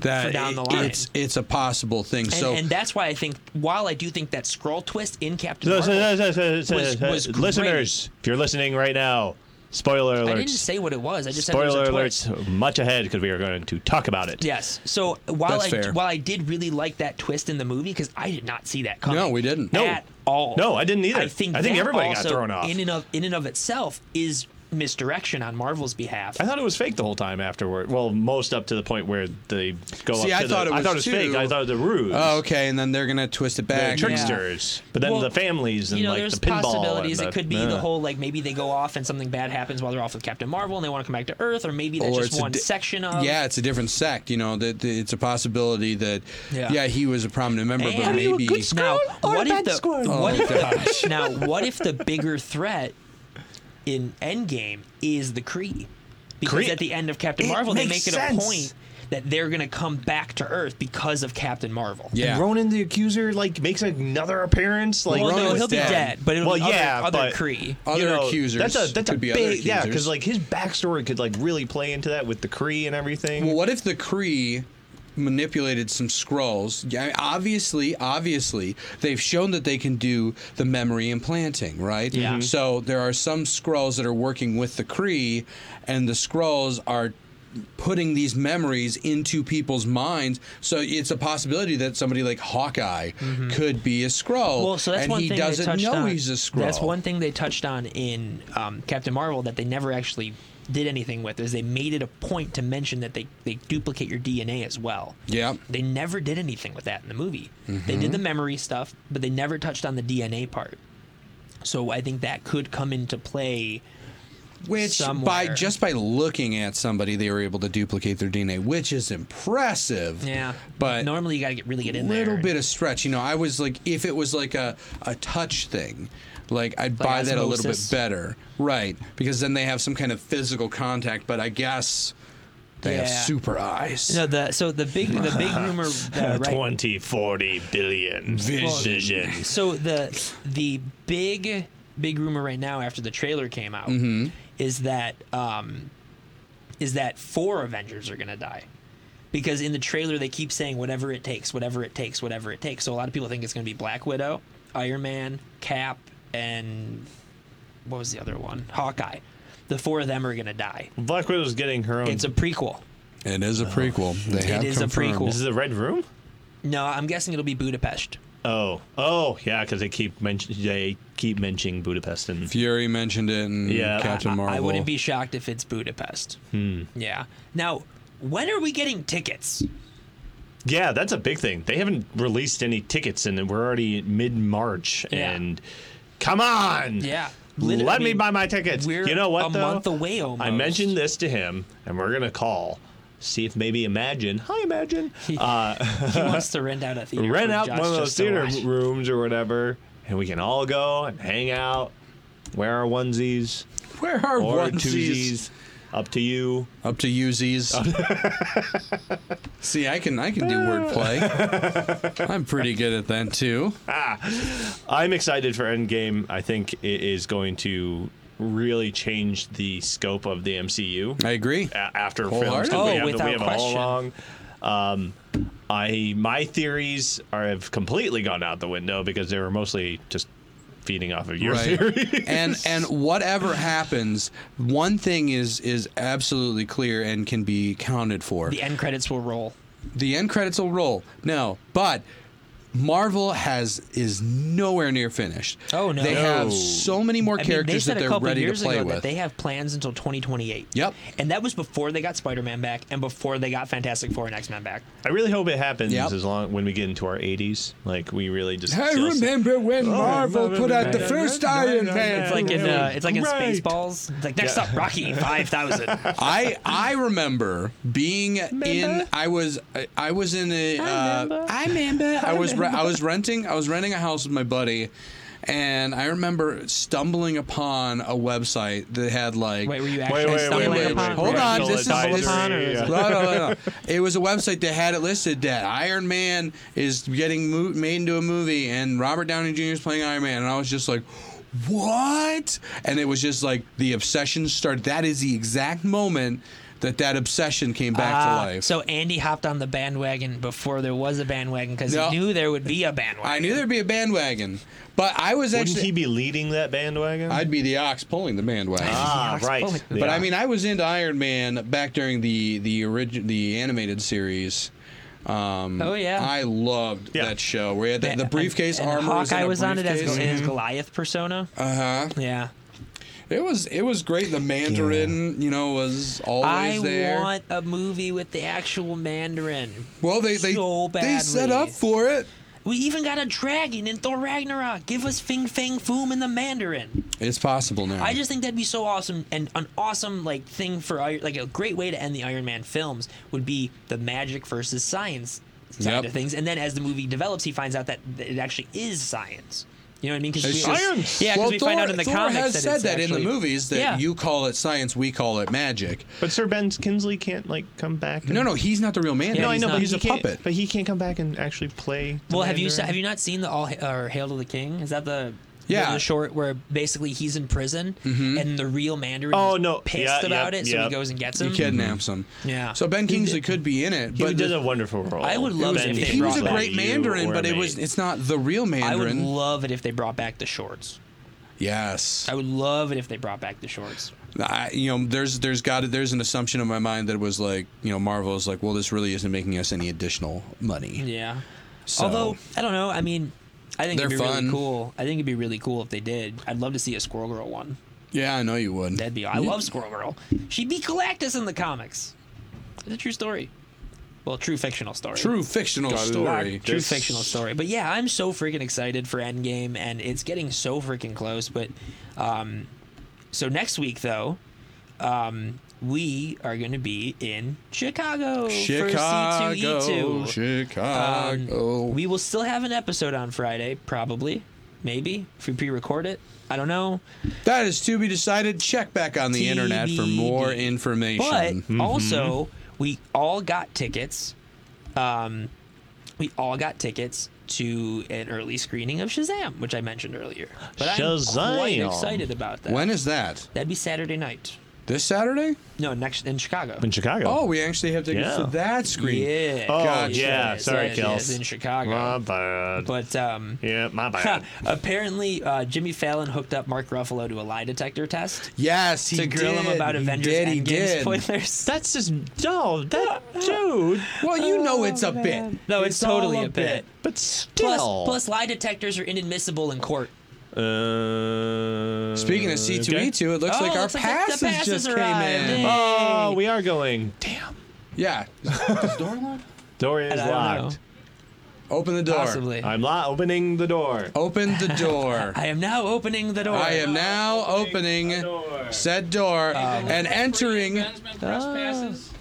that for down the it- line. It's it's a possible thing. and, so and that's why I think while I do think that scroll twist in Captain Listen- Marvel, listen- listen- was- listen- was listeners, if you're listening right now, spoiler alerts. I didn't say what it was. I just said spoiler there was a twist. alerts much ahead because we are going to talk about it. Yes. So while That's I fair. while I did really like that twist in the movie because I did not see that coming. No, we didn't. No. at all. No, I didn't either. I think I think that everybody got also, thrown off. In and of in and of itself is misdirection on Marvel's behalf. I thought it was fake the whole time afterward. Well, most up to the point where they go See, up I to thought the, it I was thought it was fake. too. I thought it was a ruse. oh, okay, and then they're gonna twist it The back. tricksters. But then Well, the families and you know, like there's the pinball. possibilities. and it could be uh, the whole like maybe they go off and something bad happens while they're off with Captain Marvel and they want to come back to Earth, or maybe that's Or just it's a one di- section of yeah, it's a different sect. You know that that it's a possibility that Yeah. yeah, he was a prominent member, And but maybe now, what if the, What Oh, [laughs] if the, now, what if the bigger threat in Endgame is the Kree? Because Kree- at the end of Captain It Marvel, they make makes it a sense. point that they're going to come back to Earth because of Captain Marvel. yeah. Ronan the Accuser like makes another appearance. Like Well, Ronan no, Rona's he'll be dead. Oh, dead, but it'll Well, be other, yeah, other but- Kree. other you know, accusers. That's a that's could a be big other yeah, accusers. because like his backstory could like really play into that with the Kree and everything. Well, what if the Kree manipulated some scrolls? Yeah, I mean, obviously, obviously, they've shown that they can do the memory implanting, right? Yeah. Mhm. So there are some scrolls that are working with the Kree, and the scrolls are putting these memories into people's minds so it's a possibility that somebody like hawkeye could be a scroll Well, so that's and one he thing they doesn't touched know on. he's a scroll That's one thing they touched on in um, Captain Marvel that they never actually did anything with. Is they made it a point to mention that they they duplicate your DNA as well. Yep. They never did anything with that in the movie. They Mm-hmm. did the memory stuff, but they never touched on the DNA part. So I think that could come into play. which by somewhere. just by looking at somebody they were able to duplicate their dna which is impressive Yeah, but normally you got to get really get in there. little and- bit of stretch. You know, I was like, if it was like a, a touch thing, like I'd buy that a little bit osmosis? better, right? Because then they have some kind of physical contact. But I guess they have Yeah. super eyes. No, the so the big the [laughs] big rumor uh, right, 20, 40 billion visions. So the the big big rumor right now after the trailer came out is that um, is that four Avengers are gonna die. Because in the trailer they keep saying whatever it takes, whatever it takes, whatever it takes. So a lot of people think it's gonna be Black Widow, Iron Man, Cap, and what was the other one? Hawkeye. The four of them are gonna die. Black Widow's getting her own. It's a prequel. It is a prequel. They have is a confirmed. prequel. Is it the Red Room? No, I'm guessing it'll be Budapest. Oh, oh yeah, because they keep mentioning they keep mentioning Budapest and Fury mentioned it in Yeah. [laughs] Captain I- Marvel. I wouldn't be shocked if it's Budapest. Hmm. Yeah. Now, when are we getting tickets? yeah, that's a big thing. They haven't released any tickets, and we're already mid March. Yeah. And come on, Yeah. Lit- let I me mean, buy my tickets. we're you know what? a though? month away almost. I mentioned this to him, and we're gonna call, see if maybe Imagine. Hi, Imagine. [laughs] He wants to rent out a theater. rent for out Josh one of those just to theater watch. rooms or whatever, and we can all go and hang out, wear our onesies Where are or onesies? twosies. Up to you. Up to Uzis. See, I can I can do wordplay. I'm pretty good at that too. I'm excited for Endgame. I think it is going to really change the scope of the MCU. I agree. a- after films. Wholehearted. 'cause Oh, we have, the- without we have a whole question. long. Um, I my theories are have completely gone out the window because they were mostly just feeding off of your theory. [laughs] and and whatever happens, one thing is is absolutely clear and can be counted for. The end credits will roll. The end credits will roll. No, but Marvel has is nowhere near finished. Oh, no. They have No. so many more I mean, characters they said that a they're couple ready to years play ago with. That they have plans until 2028. Yep. And that was before they got Spider-Man back and before they got Fantastic Four and X-Men back. I really hope it happens Yep. as long when we get into our 80s. Like we really just. I chill- remember Oh, when Marvel remember put out the that. first Right, Iron Man. right, right. It's like in uh, it's like in Right. Spaceballs. It's like next Yeah. up, Rocky [laughs] 5000. I I remember being in I was I, I was in a I remember uh, I, remember. I was re- I was renting I was renting a house with my buddy and I remember stumbling upon a website that had like Wait, were you Wait, actually wait, wait, stumbling wait, upon? wait. Hold on, Parental this is- advisory, this is- yeah. no, no, no, no. It was a website that had it listed that Iron Man is getting mo- made into a movie and Robert Downey Jr. is playing Iron Man. And I was just like, what? And it was just like the obsession started. That is the exact moment that that obsession came back Ah, to life. So Andy hopped on the bandwagon before there was a bandwagon because No. he knew there would be a bandwagon. I knew there'd be a bandwagon, but I was Wouldn't actually. he be leading that bandwagon? I'd be the ox pulling the bandwagon. ah, Ox right. Bully. Yeah. But I mean, I was into Iron Man back during the the origin the animated series. Um, Oh, yeah. I loved Yeah. that show. We had the, the And- briefcase and armor. was in Hawkeye a was, on it as briefcase. Mm-hmm. in his Goliath persona. Uh huh. yeah. Mm-hmm. It was it was great. The Mandarin, you know, was always I there. want a movie with the actual Mandarin. well, they they so they set badly. up for it. We even got a dragon in Thor Ragnarok. Give us Fing Fang Foom and the Mandarin. It's possible now. I just think that'd be so awesome and an awesome like thing for Ir- like a great way to end the Iron Man films would be the magic versus science side Yep. of things. And then as the movie develops, he finds out that th- it actually is science. You know what I mean? It's Because just- yeah, because well, we Thor, find out in the Thor comics has that said it's that actually- in the movies that Yeah. you call it science, we call it magic. but Sir Ben Kinsley can't like come back. And, No, no, he's not the real Mandarin. No, I know, he's, but a he can't- puppet. But he can't come back and actually play. the Well, have you se- Mandarin. have you not seen the All Ha- or Hail to the King? Is that the the- Yeah. Mm-hmm. the short where basically he's in prison and the real Mandarin Oh, is no. pissed Yeah, about yep, it, so yep. he goes and gets He him. kidnaps him. Mm-hmm. Yeah. So Ben He Kingsley did- could be in it, He but did the- a wonderful role. I would love Ben it if they he was a brought back great you Mandarin, or but it me. was it's not the real I would Mandarin. love it if they brought back the shorts. yes, I would love it if they brought back the shorts. I, you know, there's there's got there's an assumption in my mind that it was like you know Marvel is like, well, this really isn't making us any additional money. Yeah. So- Although I don't know, I mean, I think They're it'd be fun. really cool. I think it'd be really cool if they did. I'd love to see a Squirrel Girl one. Yeah, I know you would. That'd be. I love Squirrel Girl. She beat Galactus in the comics. It's a true story. Well, true fictional story. True fictional story. True fictional story. But yeah, I'm so freaking excited for Endgame, and it's getting so freaking close. But um, so next week though, um, we are going to be in Chicago. For Chicago, C2E2. E Um, Chicago. we will still have an episode on Friday, probably, maybe if we pre-record it. I don't know, that is to be decided. Check back on the internet for more TBD. information. but Mm-hmm. also we all got tickets. Um, we all got tickets to an early screening of Shazam, which I mentioned earlier. But I'm quite Shazam. excited about that. when is that? That'd be Saturday night. This Saturday? No, next in Chicago. in Chicago. Oh, we actually have tickets Yeah. for that screen. Yeah. Oh, Gotcha. yeah. Sorry, yes, Kels. yes, in Chicago. My bad. but um, [laughs] yeah, my bad. Apparently, uh, Jimmy Fallon hooked up Mark Ruffalo to a lie detector test Yes, he to grill did. him about He Avengers did, he Endgame did. [laughs] spoilers. That's just no, that dude. Well, you know it's a bit. No, it's, totally all a bit. but Plus, still. plus, lie detectors are inadmissible in court. uh, Speaking of E okay. C2E2, it looks Oh, like our looks like the- the passes, passes just came arrived. in. Hey. Oh, we are going. Damn, Yeah, door is I don't locked. open the door. Possibly. I'm lo- opening the door. Open the [laughs] door. I am now opening the door. I am now opening the door. said door Um, and entering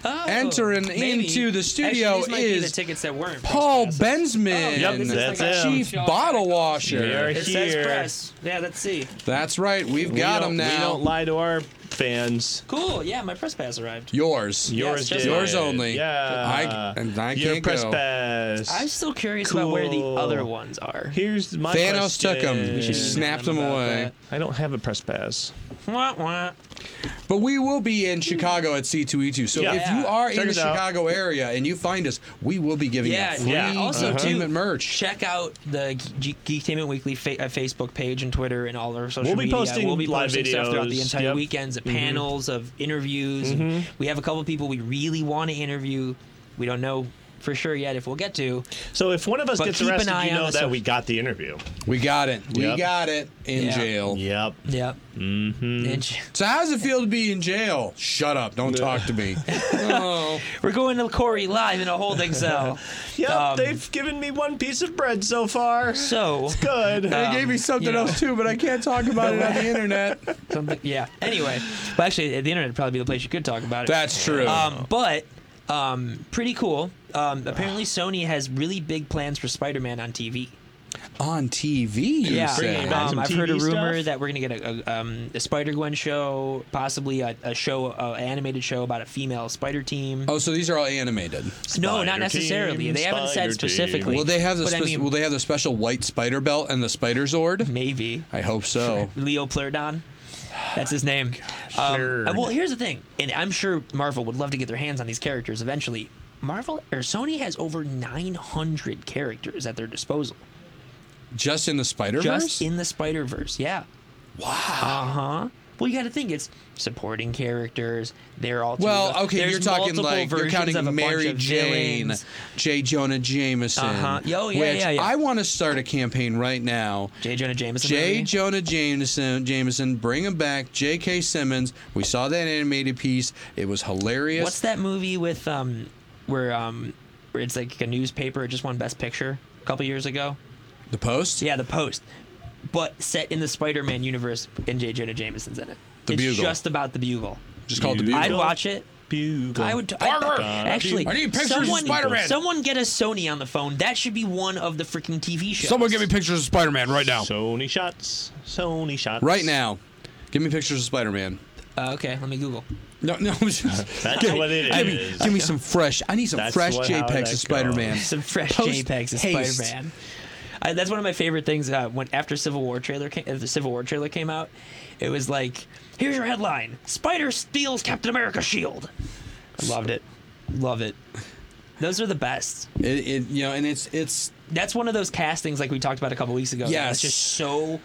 Oh, entering into the studio Actually, these might be is the tickets that weren't. Paul press passes. Benzman, Yep, this is Oh, that's like a him. chief bottle washer. We are It says here. press. Yeah, let's see. That's right. We've got we him don't- We now. don't lie to our fans. Cool. Yeah, my press pass arrived. Yours. Yours, just did. yours only. Yeah, I- and I Your can't press go. pass. I'm still curious about where the Cool. other ones are. Here's my Thanos took question. him. We should just- Snapped them them about away. I don't have a press pass. that. Wah, wah. But we will be in Chicago at C2E2. So Yeah. if you are Check in the us out. Chicago area and you find us, we will be giving Yeah, out free yeah. Also, too, entertainment merch. Check out the Ge- Geektainment Weekly fa- uh, Facebook page and Twitter and all our social We'll be media. posting we'll be live posting stuff throughout the videos, entire yep. Mm-hmm. weekends, of panels of interviews. and we have a couple people we really want to interview. We don't know for sure yet if we'll get to. So if one of us But gets keep an arrested, eye you on know the that social- we got the interview. We got it. We Yep. got it in Yeah. jail. Yep. Yep. Mm-hmm. And sh- So how does it feel to be in jail? Shut up. Don't talk [laughs] to me. oh. we're going to Corey live in a holding [laughs] cell. Yep. Um, they've given me one piece of bread [laughs] so far. So Good. Uh, They Um, gave me something you know. else too, but I can't talk about it on the internet. [laughs] something. um, Yeah. Anyway, but actually, the internet would probably be the place you could talk about it. That's true. Um, but um, pretty cool. Um, apparently, Sony has really big plans for Spider-Man on TV. on TV, you yeah, say? back um, some I've heard a TV rumor stuff? that we're gonna get a, a, um, a Spider-Gwen show, possibly a, a show, a animated show about a female Spider team. Oh, so these are all animated. no, not Spider necessily. team, they haven't spider said specifically. team. Will they have the But I spec- mean- Mm-hmm. Will they have the special white spider belt and the spider zord? Maybe. I hope so. Leo Plurdon. That's his name. Um, Plurd. uh, well, here's the thing, and I'm sure Marvel would love to get their hands on these characters eventually. Marvel or Sony has over 900 characters at their disposal Just in the Spider just Verse. in the Spider Verse. Yeah. Wow. Uh huh. Well, you got to think it's supporting characters. They're all Well, okay, you're talking like you're counting Mary Jane, Villains. J. Jonah Jameson. Uh-huh. Oh, yeah, which yeah, yeah. I want to start a campaign right now. J. Jonah Jameson. J. movie. Jonah Jameson, Jameson, bring him back. J.K. Simmons. We saw that animated piece. It was hilarious. What's that movie with um where um where it's like a newspaper? It just won Best Picture a couple years ago. The Post? Yeah, The Post, but set in the Spider-Man universe, and J. Jonah Jameson's in it. The it's Bugle. just about the Bugle. Just called The Bugle. I'd watch it. Bugle. I would t- I'd- Parker! actually. I need pictures of someone, Spider-Man. Someone get a Sony on the phone. That should be one of the freaking TV shows. Someone give me pictures of Spider Man right now. Sony shots. Sony shots. Right now. Give me pictures of Spider Man. Uh, okay, let me Google. [laughs] No, no. That's [laughs] give, what it give me- is. give me some fresh. I need some That's fresh what- how that JPEGs of goes. Spider Man. Some fresh Post JPEGs of haste. Spider-Man. I, that's one of my favorite things. Uh, when after Civil War trailer, came, uh, the Civil War trailer came out, it was like, "Here's your headline: Spider steals Captain America's shield." I loved it, love it. Those are the best. It, it, you know, and it's it's That's one of those castings like we talked about a couple weeks ago. Yes. it's just so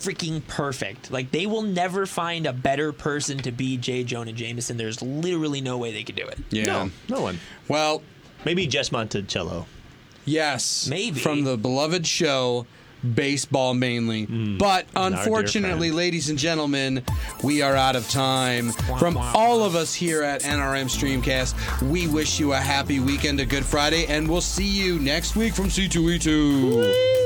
freaking perfect. Like they will never find a better person to be J. Jonah Jameson. There's literally no way they could do it. yeah. No, no one. Well, Maybe Jess Monticello. yes, Maybe. from the beloved show, baseball mainly. but Hmm. dear unfortunately, friend. ladies and gentlemen, we are out of time. From wah. all of us here at NRM Streamcast, we E wish you a happy weekend, a good Friday, and we'll see you next week from C2E2.